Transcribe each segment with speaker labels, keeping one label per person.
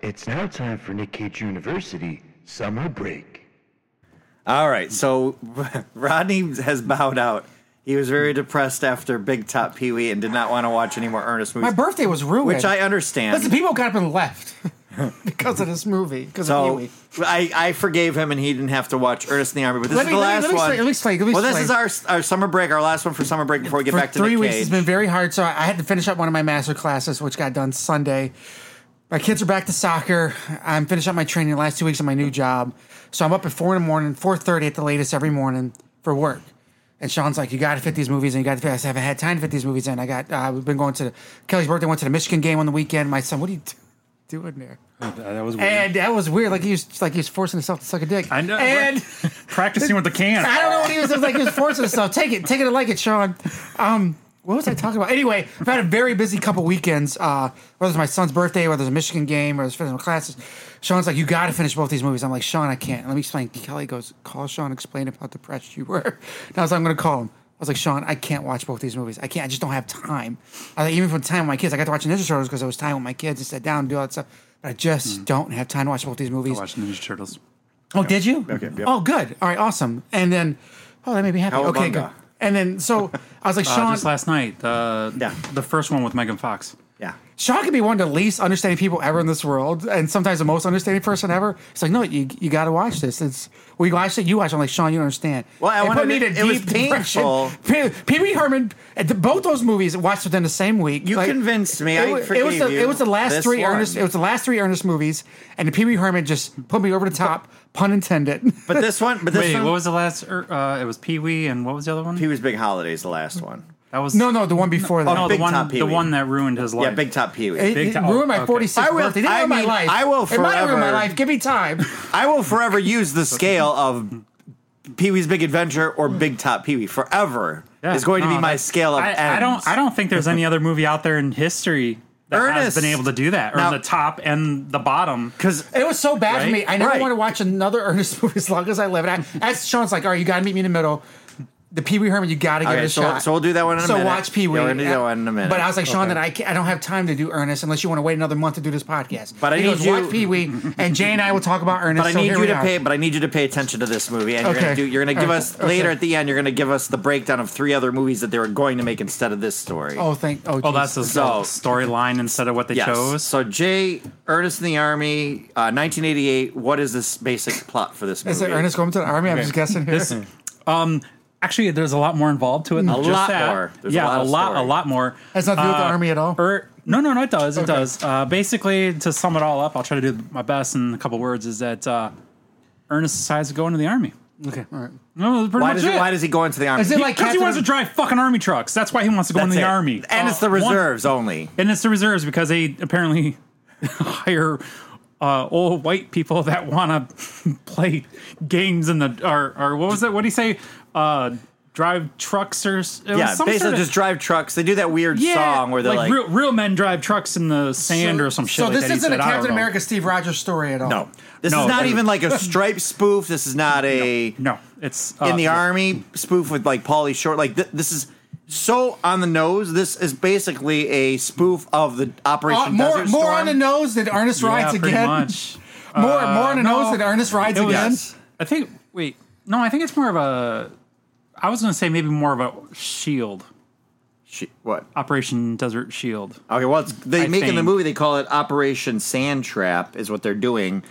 Speaker 1: It's now time for Nick Cage University summer break.
Speaker 2: All right, so Rodney has bowed out. He was very depressed after Big Top Pee Wee and did not want to watch any more Ernest
Speaker 3: My
Speaker 2: movies,
Speaker 3: birthday was ruined.
Speaker 2: which I understand.
Speaker 3: Listen, people got up and left because of this movie. Because
Speaker 2: so
Speaker 3: of Pee-wee.
Speaker 2: I, I forgave him, and he didn't have to watch Ernest in the Army. But this is
Speaker 3: Let me-
Speaker 2: the
Speaker 3: let me-
Speaker 2: last
Speaker 3: let me
Speaker 2: one.
Speaker 3: explain- let me explain, let me
Speaker 2: well,
Speaker 3: explain.
Speaker 2: this is our our summer break, our last one for summer break before we get
Speaker 3: For
Speaker 2: back to
Speaker 3: three
Speaker 2: Nick
Speaker 3: weeks,
Speaker 2: Cage.
Speaker 3: it's been very hard. So I had to finish up one of my master classes, which got done Sunday. My kids are back to soccer. I'm finished up my training the last two weeks of my new job. So I'm up at four in the morning, four thirty at the latest every morning for work. And Sean's like, "You got to fit these movies, and you got to fit." I said, "I haven't had time to fit these movies in. I got. Uh, we've been going to the, Kelly's birthday. Went to the Michigan game on the weekend. My son, what are you do- doing there?"
Speaker 4: that was weird.
Speaker 3: And that was weird. Like he was like he was forcing himself to suck a dick.
Speaker 4: I know.
Speaker 3: And
Speaker 4: Practicing with the can.
Speaker 3: I don't know what he was, it was like. He was forcing himself. Take it, take it and like it, Sean. Um, what was I talking about? Anyway, I've had a very busy couple weekends. Uh, whether it's my son's birthday, whether it's a Michigan game, or it's finishing my classes. Sean's like, you got to finish both these movies. I'm like, Sean, I can't. Let me explain. Kelly goes, call Sean, explain about how depressed you were. And I was like, I'm going to call him. I was like, Sean, I can't watch both these movies. I can't. I just don't have time. I was like, even for the time with my kids, I got to watch Ninja Turtles because I was time with my kids and sat down and do all that stuff. But I just don't have time to watch both these movies.
Speaker 4: Watch Ninja Turtles.
Speaker 3: Oh, did you?
Speaker 4: Okay, yep.
Speaker 3: Oh, good. All right, awesome. And then, oh, that made me happy. Okay,
Speaker 2: Cowabunga.
Speaker 3: good. And then, so I was like,
Speaker 4: Uh,
Speaker 3: Sean,
Speaker 4: just last night, uh,
Speaker 2: Yeah.
Speaker 4: the first one with Megan Fox.
Speaker 2: yeah.
Speaker 3: Sean could be one of the least understanding people ever in this world, and sometimes the most understanding person ever. It's like, no, you you got to watch this. It's we watched it, you watch. It. I'm like, Sean, you don't understand.
Speaker 2: Well, I
Speaker 3: It
Speaker 2: wanted
Speaker 3: put me
Speaker 2: to-
Speaker 3: in a
Speaker 2: it was
Speaker 3: deep depression.
Speaker 2: painful.
Speaker 3: Pee Pee Wee Herman, at the- both those movies watched within the same week.
Speaker 2: You convinced me. I
Speaker 3: wa- was
Speaker 2: forgave
Speaker 3: the,
Speaker 2: you
Speaker 3: It was the last
Speaker 2: this
Speaker 3: three
Speaker 2: one.
Speaker 3: Ernest. It was the last three Ernest movies, and the Pee Wee Herman just put me over the top, pun intended.
Speaker 2: But this one, but this
Speaker 4: Wait,
Speaker 2: one,
Speaker 4: what was the last? er, Uh, it was Pee Wee, and what was the other one?
Speaker 2: Pee Wee's Big Holidays, the last one.
Speaker 4: That was
Speaker 3: no, no, the one before that.
Speaker 4: no, the
Speaker 2: Big
Speaker 4: one,
Speaker 2: Top Pee
Speaker 4: the
Speaker 2: Wee.
Speaker 4: one that ruined his life.
Speaker 2: Yeah, Big Top Pee Wee.
Speaker 3: It,
Speaker 4: Big
Speaker 3: it
Speaker 4: time.
Speaker 3: ruined my
Speaker 4: Okay.
Speaker 3: 46th
Speaker 2: I will-
Speaker 3: birthday. It didn't
Speaker 2: I
Speaker 3: ruin my
Speaker 2: mean,
Speaker 3: life.
Speaker 2: I will
Speaker 3: It might ruin my
Speaker 2: forever-
Speaker 3: life. Give me time.
Speaker 2: I will forever use the scale of Pee Wee's Big Adventure or Big Top Pee Wee forever.
Speaker 4: Yeah,
Speaker 2: is going to
Speaker 4: no,
Speaker 2: be my
Speaker 4: that-
Speaker 2: scale of
Speaker 4: I, I
Speaker 2: ends.
Speaker 4: don't. I don't think there's any other movie out there in history that
Speaker 2: Ernest.
Speaker 4: has been able to do that, or
Speaker 2: Now-
Speaker 4: the top and the bottom.
Speaker 2: because
Speaker 3: It was so bad for
Speaker 4: Right?
Speaker 3: me. I never
Speaker 2: Right.
Speaker 3: want to watch another Ernest movie as long as I live. And I, as Sean's like, all right, you got to meet me in the middle. The Pee Wee Herman, you got to give
Speaker 2: Okay,
Speaker 3: it a
Speaker 2: so-
Speaker 3: shot.
Speaker 2: so we'll do that one in a
Speaker 3: so
Speaker 2: minute.
Speaker 3: watch Pee Wee.
Speaker 2: Yeah, we're gonna do that one in a minute.
Speaker 3: But I was like, Sean, that I can't, I don't have time to do Ernest unless you want to wait another month to do this podcast.
Speaker 2: But I
Speaker 3: And he
Speaker 2: need
Speaker 3: goes,
Speaker 2: you-
Speaker 3: watch Pee Wee, and Jay and I will talk about Ernest.
Speaker 2: But I
Speaker 3: so
Speaker 2: need
Speaker 3: here
Speaker 2: you
Speaker 3: we
Speaker 2: to
Speaker 3: are.
Speaker 2: pay. But I need you to pay attention to this movie, and you're gonna
Speaker 3: Okay.
Speaker 2: do. You're gonna give
Speaker 3: Alright,
Speaker 2: us
Speaker 3: okay.
Speaker 2: later at the end. You're gonna give us the breakdown of three other movies that they were going to make instead of this story.
Speaker 3: Oh, thank. Oh,
Speaker 4: Oh,
Speaker 3: geez.
Speaker 4: that's the
Speaker 2: So-
Speaker 4: storyline instead of what they
Speaker 2: yes.
Speaker 4: chose.
Speaker 2: So Jay, Ernest in the Army, uh, 1988. What is this basic plot for this movie?
Speaker 3: Is it Ernest going to the army? I'm just guessing here.
Speaker 4: um, Actually, there's a lot more involved to it. Than
Speaker 2: Hmm. A
Speaker 4: just
Speaker 2: lot
Speaker 4: that.
Speaker 2: more. There's a
Speaker 4: yeah,
Speaker 2: lot
Speaker 4: a
Speaker 2: of
Speaker 4: lot,
Speaker 2: story.
Speaker 4: a lot more.
Speaker 3: Has nothing to do with the army at all?
Speaker 4: Or no, no, no. It does. It
Speaker 3: Okay.
Speaker 4: does. Uh, basically, to sum it all up, I'll try to do my best in a couple words. Is that uh, Ernest decides to go into the army?
Speaker 3: okay, all right.
Speaker 4: No, that's pretty
Speaker 2: Why
Speaker 4: much
Speaker 2: does
Speaker 4: it.
Speaker 2: he, why does he go into the army?
Speaker 3: Is it
Speaker 2: He-
Speaker 3: like
Speaker 4: because he
Speaker 3: Captain-
Speaker 4: wants to drive fucking army trucks. That's why he wants to go
Speaker 2: that's
Speaker 4: in the
Speaker 2: it.
Speaker 4: army.
Speaker 2: and
Speaker 4: Uh,
Speaker 2: it's the
Speaker 4: one-
Speaker 2: reserves only.
Speaker 4: and it's the reserves because they apparently hire uh, old white people that want to play games in the or or what was that? What do you say? Uh, drive trucks or s- it was
Speaker 2: Yeah,
Speaker 4: some
Speaker 2: basically
Speaker 4: sort of-
Speaker 2: just drive trucks. They do that weird song where they're like,
Speaker 4: real, real men drive trucks in the sand or some shit.
Speaker 3: So
Speaker 4: like
Speaker 3: this
Speaker 4: that he
Speaker 3: isn't
Speaker 4: said.
Speaker 3: a
Speaker 4: I don't
Speaker 3: Captain
Speaker 4: know.
Speaker 3: America Steve Rogers story at all.
Speaker 2: no, this
Speaker 4: No,
Speaker 2: is not
Speaker 4: that-
Speaker 2: even like a stripe spoof. This is not a
Speaker 4: No, it's uh,
Speaker 2: in the army spoof with like Paulie Short. Like th- this is so on the nose. This is basically a spoof of the Operation
Speaker 3: Uh, more
Speaker 2: Desert
Speaker 3: more
Speaker 2: Storm.
Speaker 3: on the nose than Ernest
Speaker 4: Yeah,
Speaker 3: rides
Speaker 4: pretty
Speaker 3: again.
Speaker 4: much. Uh,
Speaker 3: More more on the
Speaker 4: no.
Speaker 3: nose than Ernest rides
Speaker 4: It was-
Speaker 3: again.
Speaker 2: Yes.
Speaker 4: I think. Wait, no, I think it's more of a. I was going to say maybe more of a shield
Speaker 2: She- what?
Speaker 4: Operation Desert Shield.
Speaker 2: Okay, well, it's, they
Speaker 4: I
Speaker 2: make in the
Speaker 4: think-
Speaker 2: movie they call it Operation Sand Trap is what they're doing.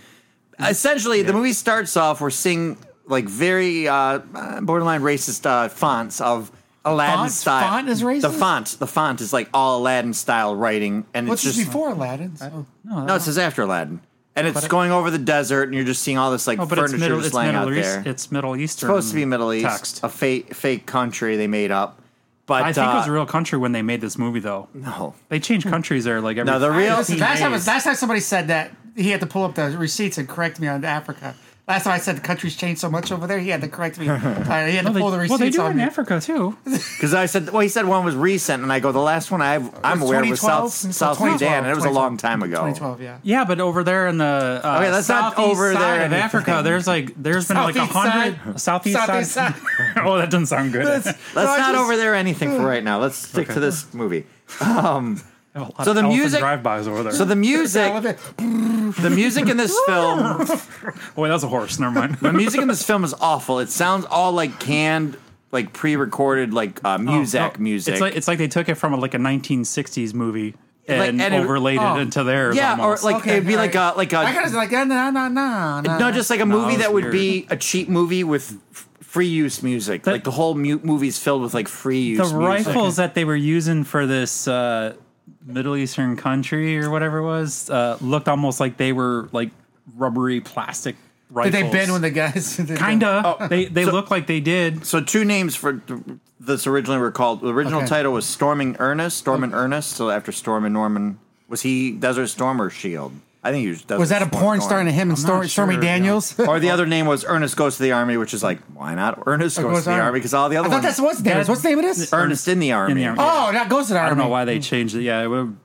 Speaker 2: Essentially, the movie starts off we're seeing like very uh, uh, borderline racist uh, fonts of Aladdin
Speaker 3: Font-
Speaker 2: style.
Speaker 3: font is
Speaker 2: The
Speaker 3: racist?
Speaker 2: font, the font is like all Aladdin style writing, and
Speaker 3: What's
Speaker 2: it's
Speaker 3: this
Speaker 2: just
Speaker 3: before Aladdin? Oh. So.
Speaker 2: no, it
Speaker 4: Uh-huh.
Speaker 2: says after Aladdin, and it's going over the desert, and you're just seeing all this like
Speaker 4: Oh, but it's
Speaker 2: furniture
Speaker 4: middle.
Speaker 2: just
Speaker 4: It's
Speaker 2: laying
Speaker 4: middle
Speaker 2: out
Speaker 4: East.
Speaker 2: there.
Speaker 4: It's Middle Eastern.
Speaker 2: supposed to be Middle East,
Speaker 4: text.
Speaker 2: a fake fake country they made up. But
Speaker 4: I think it was
Speaker 2: uh,
Speaker 4: a real country when they made this movie, though.
Speaker 2: No,
Speaker 4: They change countries there like every.
Speaker 2: no, the real
Speaker 3: Listen, last time, last time somebody said that he had to pull up the receipts and correct me on Africa. Last time I said the country's changed so much over there, he had to correct me. Uh, he had to
Speaker 4: They-
Speaker 3: pull the
Speaker 4: well, they
Speaker 3: receipts
Speaker 4: do
Speaker 3: on
Speaker 4: in
Speaker 3: me.
Speaker 4: Africa too.
Speaker 2: Because I said, well, he said one was recent, and I go, the last one I, I'm
Speaker 3: was
Speaker 2: aware was
Speaker 3: 2012?
Speaker 2: South,
Speaker 3: So
Speaker 2: South Sudan, and it was a
Speaker 3: 2012.
Speaker 2: long time ago.
Speaker 3: 2012, yeah.
Speaker 4: Yeah, but over there in the uh,
Speaker 2: Okay, that's not
Speaker 4: southeast
Speaker 2: over
Speaker 4: side
Speaker 2: there
Speaker 4: of
Speaker 2: in-
Speaker 4: Africa, there's like there's been like a
Speaker 3: Southeast side.
Speaker 4: hundred southeast,
Speaker 3: Southeast
Speaker 4: side. oh, that doesn't sound good.
Speaker 3: That's-
Speaker 2: Let's
Speaker 3: so I
Speaker 2: not
Speaker 3: just-
Speaker 2: over there anything for right now. Let's stick to this movie.
Speaker 4: I have a lot
Speaker 2: so
Speaker 4: of
Speaker 2: the
Speaker 4: elephant
Speaker 2: music-
Speaker 4: drive-bys over there.
Speaker 2: So the music, the music in this film,
Speaker 4: Wait, that was a horse. Never mind.
Speaker 2: the music in this film is awful. It sounds all like canned, like pre-recorded, like uh, music,
Speaker 4: Oh, No,
Speaker 2: music.
Speaker 4: It's like it's like they took it from like a 1960s movie
Speaker 2: Like,
Speaker 4: and,
Speaker 2: and it-
Speaker 4: overlaid
Speaker 3: oh.
Speaker 4: it into theirs.
Speaker 2: yeah,
Speaker 4: almost.
Speaker 2: or like it'd be like
Speaker 3: alright.
Speaker 2: a like a
Speaker 3: I kind of like, nah, nah, nah, nah.
Speaker 2: no, just like a movie
Speaker 4: it's
Speaker 2: that would
Speaker 4: weird.
Speaker 2: be a cheap movie with f- free use music. like the whole mu- movie's filled with like free use.
Speaker 4: the
Speaker 2: music.
Speaker 4: rifles that they were using for this uh, Middle Eastern country or whatever it was uh, looked almost like they were like rubbery plastic
Speaker 3: Did
Speaker 4: rifles.
Speaker 3: they bend when the Oh. guys. did they bend?
Speaker 4: Kinda. they they look like they did.
Speaker 2: So two names for th- this originally were called. The original
Speaker 3: Okay.
Speaker 2: title was Storming Ernest, Storm and Ernest. So after Storm and Norman, was he Desert Storm or Shield? I think he was. Desert
Speaker 3: Was that a
Speaker 2: Storm
Speaker 3: porn
Speaker 2: Norm.
Speaker 3: star and him and Stormy,
Speaker 4: not
Speaker 3: Stormy
Speaker 4: sure,
Speaker 3: Daniels?
Speaker 2: Or the other name was Ernest Goes to the Army, which is like why not Ernest Goes, to the Army? Because all the other
Speaker 3: I thought
Speaker 2: ones
Speaker 3: that's what's Daniels. What's the name of this?
Speaker 2: Ernest in the Army.
Speaker 4: In the Army.
Speaker 3: Oh, that goes to the
Speaker 4: I
Speaker 3: army.
Speaker 4: don't know why they changed it. Yeah, it would-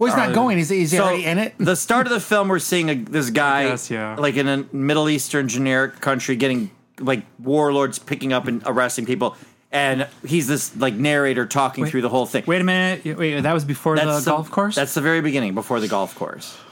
Speaker 3: Well, he's not
Speaker 4: Uh,
Speaker 3: going. He's, he's already in it.
Speaker 2: the start of the film, we're seeing a, this guy,
Speaker 4: guess, yeah.
Speaker 2: like in a Middle Eastern generic country, getting like warlords picking up and arresting people, and he's this like narrator talking through the whole thing.
Speaker 4: wait a minute. Wait, that was before the golf course.
Speaker 2: That's the very beginning before the golf course.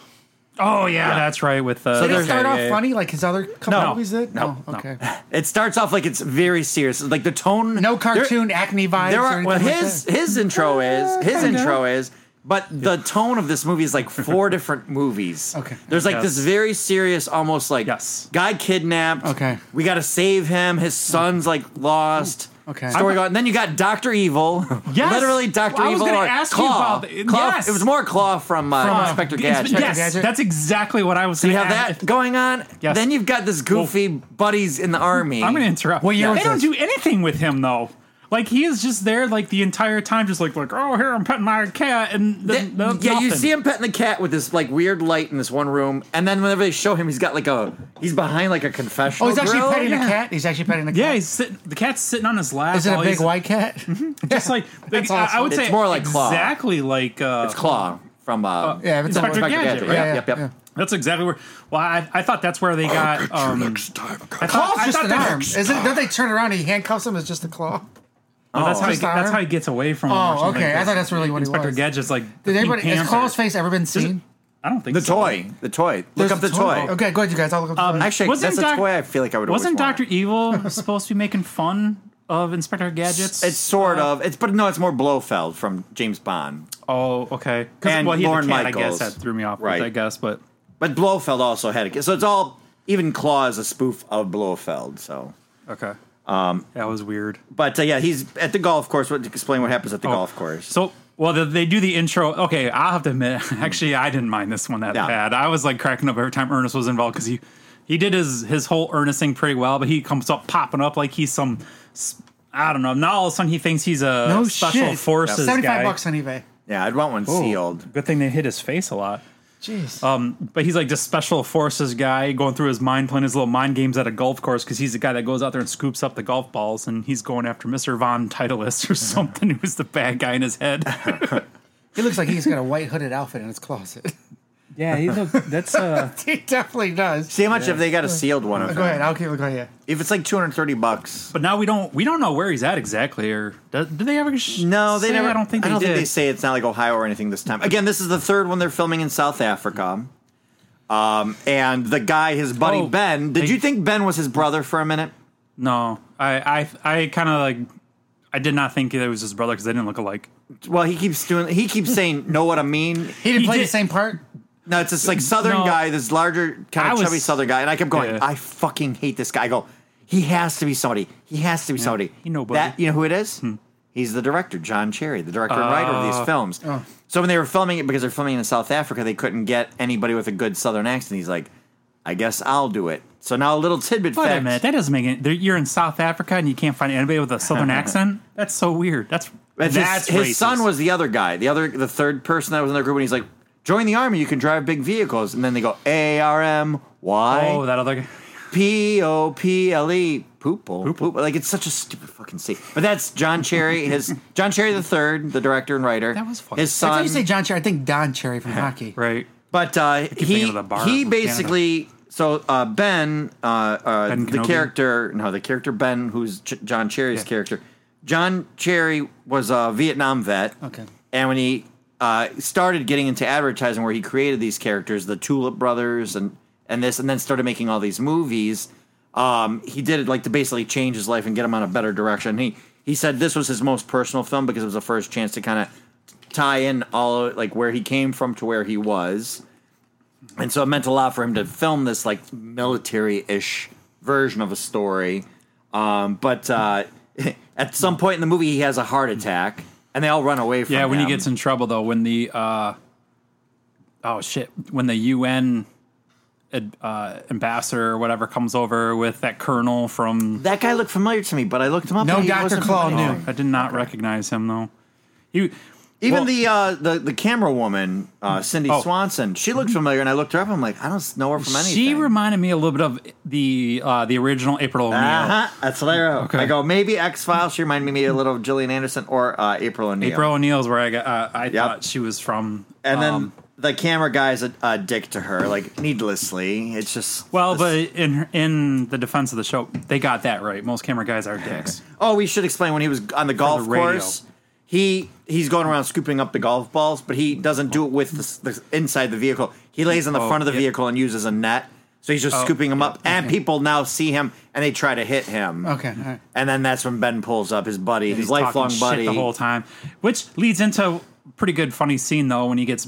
Speaker 4: oh yeah, that's right. With uh,
Speaker 3: Did it
Speaker 2: there's-
Speaker 3: start
Speaker 4: yeah,
Speaker 3: off
Speaker 4: yeah, yeah.
Speaker 3: funny like his other couple
Speaker 2: No.
Speaker 3: movies did?
Speaker 2: No, no.
Speaker 3: Okay.
Speaker 2: It starts off like it's very serious, like the tone.
Speaker 3: No
Speaker 2: there-
Speaker 3: cartoon acne vibes.
Speaker 2: There
Speaker 3: or
Speaker 2: are
Speaker 3: anything
Speaker 2: well,
Speaker 3: like
Speaker 2: his his intro is his intro is, but the tone of this movie is like four different movies.
Speaker 3: Okay.
Speaker 2: there's like
Speaker 4: Yes.
Speaker 2: this very serious, almost like
Speaker 4: Yes.
Speaker 2: guy kidnapped.
Speaker 3: Okay. Hmm.
Speaker 2: we got to save him. His son's like lost.
Speaker 3: Okay.
Speaker 2: story going. Then you got Doctor Evil.
Speaker 4: Yes.
Speaker 2: literally Doctor
Speaker 4: I was
Speaker 2: Evil.
Speaker 4: gonna
Speaker 2: or
Speaker 4: ask you
Speaker 2: Claw.
Speaker 4: about the-
Speaker 2: Claw-
Speaker 4: yes.
Speaker 2: it was more Claw from, uh,
Speaker 4: uh,
Speaker 2: Inspector
Speaker 4: it's-
Speaker 2: Gadget.
Speaker 4: Yes,
Speaker 3: Gadget.
Speaker 4: that's exactly what I was.
Speaker 2: You
Speaker 4: saying.
Speaker 2: have that going on.
Speaker 4: Yes.
Speaker 2: Then you've got this goofy buddies in the army.
Speaker 4: I'm going to interrupt.
Speaker 3: What year
Speaker 4: they
Speaker 3: was
Speaker 4: don't
Speaker 3: this?
Speaker 4: do anything with him though. Like he is just there, like the entire time, just like like oh here I'm petting my cat and
Speaker 2: Th-
Speaker 4: then no-
Speaker 2: yeah, you
Speaker 4: nothing.
Speaker 2: see him petting the cat with this like weird light in this one room, and then whenever they show him, he's got like a he's behind like a
Speaker 3: Oh,
Speaker 2: confessional.
Speaker 3: he's actually
Speaker 2: grill.
Speaker 3: petting
Speaker 2: yeah.
Speaker 3: the cat. He's actually petting the cat.
Speaker 4: Yeah, he's sitting. The cat's sitting on his lap.
Speaker 3: Is it a
Speaker 4: while
Speaker 3: big
Speaker 4: he's-
Speaker 3: white cat?
Speaker 4: Just like, like, I- I
Speaker 3: awesome.
Speaker 4: would say
Speaker 2: It's more like Claw.
Speaker 4: exactly like uh,
Speaker 2: It's Claw from uh,
Speaker 3: Oh, Yeah, it's
Speaker 4: Inspector
Speaker 2: Inspector
Speaker 4: Gadget.
Speaker 2: Gadget.
Speaker 4: right?
Speaker 2: Yep,
Speaker 3: yeah,
Speaker 2: yep, yep.
Speaker 3: yeah.
Speaker 4: That's exactly where. Well, I, I thought that's where
Speaker 3: Oh,
Speaker 4: they got. Um, I thought,
Speaker 3: Claw's
Speaker 4: I
Speaker 3: just
Speaker 4: thought
Speaker 3: an
Speaker 4: that-
Speaker 3: arm. Isn't? Don't they turn around and he handcuffs him? It's just a claw.
Speaker 4: No, oh, that's how he,
Speaker 3: Just an
Speaker 4: that's
Speaker 3: arm?
Speaker 4: how he gets away from. him or
Speaker 3: Oh,
Speaker 4: something
Speaker 3: okay.
Speaker 4: that.
Speaker 3: I thought that's really what he
Speaker 4: Inspector
Speaker 3: was.
Speaker 4: Gadget's like.
Speaker 3: Did
Speaker 4: being
Speaker 3: anybody? Has
Speaker 4: pampered.
Speaker 3: Claw's face ever been seen?
Speaker 4: I don't think
Speaker 2: The
Speaker 4: so.
Speaker 2: toy, the toy. Look
Speaker 3: There's
Speaker 2: up the
Speaker 3: a
Speaker 2: toy.
Speaker 3: Okay, go ahead, you guys. I'll look up the toy.
Speaker 2: Actually,
Speaker 4: Wasn't
Speaker 2: that's a
Speaker 4: Doc-
Speaker 2: toy. I feel like I would.
Speaker 4: Wasn't
Speaker 2: always
Speaker 4: Doctor E Evil supposed to be making fun of Inspector Gadget's?
Speaker 2: Want. It's sort of. It's but no, it's more Blofeld from James Bond.
Speaker 4: oh, okay. 'Cause,
Speaker 2: And
Speaker 4: well, he had
Speaker 2: Lorne
Speaker 4: a cat, I
Speaker 2: Michaels.
Speaker 4: guess that threw me off.
Speaker 2: Right.
Speaker 4: Right. I guess, but
Speaker 2: But Blofeld also had a kid, so it's all even Claw is a spoof of Blofeld. So.
Speaker 4: okay. that was weird.
Speaker 2: But uh, yeah, he's at the golf course. What explain what happens at
Speaker 4: Oh.
Speaker 2: the golf course?
Speaker 4: So, well, the, they do the intro. Okay, I'll have to admit, actually, I didn't mind this one that
Speaker 2: Yeah.
Speaker 4: bad. I was like cracking up every time Ernest was involved because he he did his his whole Ernest thing pretty well, but he comes up popping up like he's some s- I don't know. Now all of a sudden he thinks he's a
Speaker 3: No
Speaker 4: special
Speaker 3: shit.
Speaker 4: forces
Speaker 3: Seventy-five
Speaker 4: guy.
Speaker 3: bucks on eBay.
Speaker 2: Yeah, I'd want one sealed.
Speaker 4: Good thing they hit his face a lot.
Speaker 3: Jeez.
Speaker 4: Um, but he's like this special forces guy going through his mind, playing his little mind games at a golf course because he's the guy that goes out there and scoops up the golf balls, and he's going after Mister Von Titleist or something who's the bad guy in his head.
Speaker 3: He looks like he's got a white hooded outfit in his closet.
Speaker 4: yeah, he look, that's uh,
Speaker 3: he definitely does.
Speaker 2: See how much if they got a sealed one of
Speaker 3: Go
Speaker 2: them.
Speaker 3: ahead. I'll keep going. Yeah.
Speaker 2: If it's like two hundred thirty bucks,
Speaker 4: But now we don't we don't know where he's at exactly. Or do, do they ever? sh-
Speaker 2: no, they
Speaker 4: say?
Speaker 2: never.
Speaker 4: I don't think
Speaker 2: I
Speaker 4: they
Speaker 2: don't
Speaker 4: did.
Speaker 2: think they say it's not like Ohio or anything this time. Again, this is the third one they're filming in South Africa. Um, and the guy, his buddy
Speaker 4: Oh,
Speaker 2: Ben. Did
Speaker 4: they-
Speaker 2: you think Ben was his brother for a minute?
Speaker 4: no, I I I kind of like I did not think it was his brother because they didn't look alike.
Speaker 2: Well, he keeps doing. He keeps saying, "Know what I mean?"
Speaker 3: He didn't
Speaker 4: He
Speaker 3: play the
Speaker 4: did-
Speaker 3: same part.
Speaker 2: No, it's this like Southern
Speaker 4: No.
Speaker 2: guy, this larger kind
Speaker 4: I
Speaker 2: of
Speaker 4: was-
Speaker 2: chubby Southern guy, and I kept going.
Speaker 4: Yeah.
Speaker 2: I fucking hate this guy. I go, he has to be somebody. He has to be somebody.
Speaker 4: he nobody.
Speaker 2: That you know who it is?
Speaker 4: Hmm.
Speaker 2: He's the director, John Cherry, the director and writer of
Speaker 4: Uh,
Speaker 2: these films.
Speaker 4: oh.
Speaker 2: So when they were filming it, because they're filming in South Africa, they couldn't get anybody with a good Southern accent. He's like, I guess I'll do it. So now a little tidbit
Speaker 4: Wait
Speaker 2: fact.
Speaker 4: a minute, that doesn't make it. they're- You're in South Africa and you can't find anybody with a southern accent. That's so weird. That's
Speaker 2: That's
Speaker 4: that's,
Speaker 2: his- his,
Speaker 4: racist.
Speaker 2: son was the other guy, the other, the third person that was in their group, and he's like, join the army, you can drive big vehicles, and then they go A R M Y.
Speaker 4: oh that other guy.
Speaker 2: P O P L E poople. Poople. Like it's such a stupid fucking C. But that's John Cherry. His John Cherry the third, the director and writer.
Speaker 4: That was fun.
Speaker 2: His
Speaker 3: Every time
Speaker 2: son.
Speaker 3: you say John Cherry, I think Don Cherry from hockey.
Speaker 4: right?
Speaker 2: But uh,
Speaker 4: thinking
Speaker 2: he
Speaker 4: of the bar
Speaker 2: he
Speaker 4: in Canada.
Speaker 2: basically so uh, Ben, uh, uh,
Speaker 4: Ben
Speaker 2: the
Speaker 4: Kenobi?
Speaker 2: character no the character Ben who's Ch- John Cherry's character. John Cherry was a Vietnam vet.
Speaker 3: Okay.
Speaker 2: And when he uh, started getting into advertising, where he created these characters, the Tulip Brothers, and and this, and then started making all these movies. Um, he did it like to basically change his life and get him on a better direction. He he said this was his most personal film because it was the first chance to kind of tie in all like where he came from to where he was and so it meant a lot for him to film this like military-ish version of a story um, but uh, at some point in the movie he has a heart attack and they all run away from
Speaker 4: Yeah, when
Speaker 2: him.
Speaker 4: he gets in trouble though, when the uh, oh shit, when the UN ad- uh, ambassador or whatever comes over with that colonel from,
Speaker 2: that guy looked familiar to me but i looked him up
Speaker 3: No
Speaker 2: and he
Speaker 3: Dr.
Speaker 2: wasn't
Speaker 3: Claw
Speaker 2: familiar.
Speaker 3: knew.
Speaker 4: I did not recognize him though. He
Speaker 2: even
Speaker 4: Well-
Speaker 2: the, uh, the the camera woman uh, cindy
Speaker 4: Oh.
Speaker 2: swanson she looked familiar and i looked her up i'm like i don't know her from anything
Speaker 4: she reminded me a little bit of the uh, the original April O'Neil.
Speaker 2: uh-huh, that's what I wrote.
Speaker 4: Okay.
Speaker 2: I go, maybe X Files. She reminded me a little of Gillian Anderson or uh, April O'Neil.
Speaker 4: April O'Neil's where I got, uh, I thought she was from.
Speaker 2: and then
Speaker 4: um,
Speaker 2: the camera guy's a, a dick to her, like needlessly. It's just
Speaker 4: well, but
Speaker 2: this-
Speaker 4: in in the defense of the show, they got that right. Most camera guys are dicks.
Speaker 2: oh, we should explain when he was on the golf
Speaker 4: radio.
Speaker 2: course. He he's going around scooping up the golf balls, but he doesn't do it with the, s- the s- inside the vehicle. He lays on the
Speaker 4: Oh,
Speaker 2: front of the
Speaker 4: yeah. Oh,
Speaker 2: vehicle and uses a net. So he's just scooping them up, and people now see him and they try to hit him.
Speaker 3: Okay, all right.
Speaker 2: and then that's when Ben pulls up his buddy, his
Speaker 4: He's talking
Speaker 2: lifelong
Speaker 4: shit
Speaker 2: buddy.
Speaker 4: the whole time, which leads into a pretty good funny scene though when he gets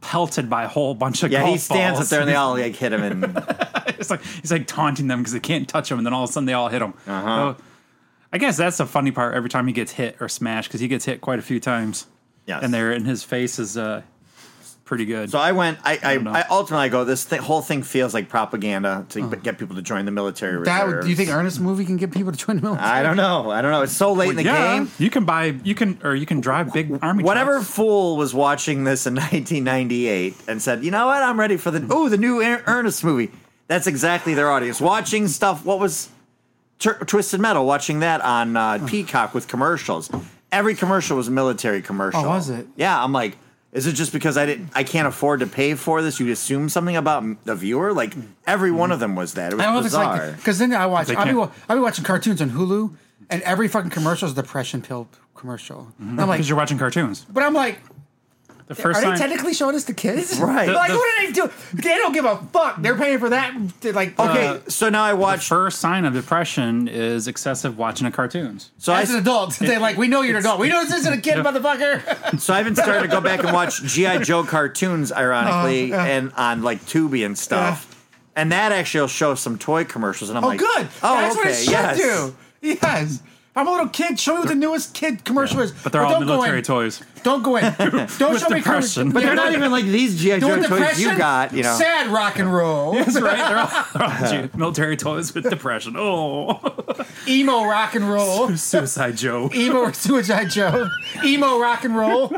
Speaker 4: pelted by a whole bunch of
Speaker 2: yeah,
Speaker 4: golf
Speaker 2: he stands
Speaker 4: balls.
Speaker 2: up there and they all like hit him and
Speaker 4: it's like he's like taunting them because they can't touch him, and then all of a sudden they all hit him.
Speaker 2: Uh-huh.
Speaker 4: So, I guess that's the funny part. Every time he gets hit or smashed, because he gets hit quite a few times,
Speaker 2: Yes.
Speaker 4: and they're in his face is uh, pretty good.
Speaker 2: So I went. I I,
Speaker 4: don't know.
Speaker 2: I, ultimately I go. This thi- whole thing feels like propaganda to get people to join the military.
Speaker 3: That
Speaker 2: reserves.
Speaker 3: do you think Ernest movie can get people to join the military?
Speaker 4: Ah,
Speaker 2: I don't know. I don't know. It's so late in the
Speaker 4: yeah,
Speaker 2: game.
Speaker 4: you can buy, you can or you can drive big army.
Speaker 2: Whatever
Speaker 4: trucks.
Speaker 2: fool was watching this in 1998 and said, "You know what? I'm ready for the oh the new Er- Ernest movie." That's exactly their audience watching stuff. What was Tr- Twisted Metal watching that on uh, Peacock with commercials? Every commercial was a military commercial.
Speaker 3: Oh, was it?
Speaker 2: Yeah, I'm like, is it just because I didn't? I can't afford to pay for this. You assume something about m- the viewer. Like every one of them was that. It was
Speaker 3: Hmm. I don't know if it's
Speaker 2: bizarre.
Speaker 3: like because then I watch.
Speaker 4: They
Speaker 3: I'll be,
Speaker 4: can't-
Speaker 3: wa- I'll be watching cartoons on Hulu, and every fucking commercial is a depression pill commercial. And I'm like,
Speaker 4: Mm-hmm. because you're watching cartoons.
Speaker 3: but I'm like,
Speaker 4: The first
Speaker 3: are
Speaker 4: time,
Speaker 3: they technically showing us to kids?
Speaker 2: Right. The-
Speaker 3: like,
Speaker 4: the-
Speaker 3: what are they doing? They don't give a fuck. They're paying for that. They're like,
Speaker 2: okay,
Speaker 3: uh,
Speaker 2: so now I
Speaker 4: the
Speaker 2: watch.
Speaker 4: first sign of depression is excessive watching of cartoons.
Speaker 2: so I
Speaker 3: as an adult, they're like, we know you're an adult. We know this isn't a kid, motherfucker.
Speaker 2: So I've been starting to go back and watch GI Joe cartoons, ironically,
Speaker 3: Oh, yeah.
Speaker 2: and on like Tubi and stuff. And that actually will show some toy commercials, and I'm
Speaker 3: oh,
Speaker 2: like,
Speaker 3: good.
Speaker 2: Oh,
Speaker 3: That's what it
Speaker 2: okay,
Speaker 3: should
Speaker 2: yes.
Speaker 3: do. Yes. I'm a little kid. Show me what the newest kid commercial is.
Speaker 4: But they're all
Speaker 3: don't go
Speaker 4: military
Speaker 3: in.
Speaker 4: toys.
Speaker 3: Don't go in. Don't
Speaker 4: With
Speaker 3: show me.
Speaker 4: depression.
Speaker 2: But they're not even like these GI
Speaker 3: doing
Speaker 2: Joe
Speaker 3: depression.
Speaker 2: toys you got, you know.
Speaker 3: Sad rock and roll.
Speaker 4: That's right. They're all, they're all military toys with depression. Oh,
Speaker 3: Emo rock and roll.
Speaker 4: Suicide Joe.
Speaker 3: Emo Suicide Joe. Emo rock and roll.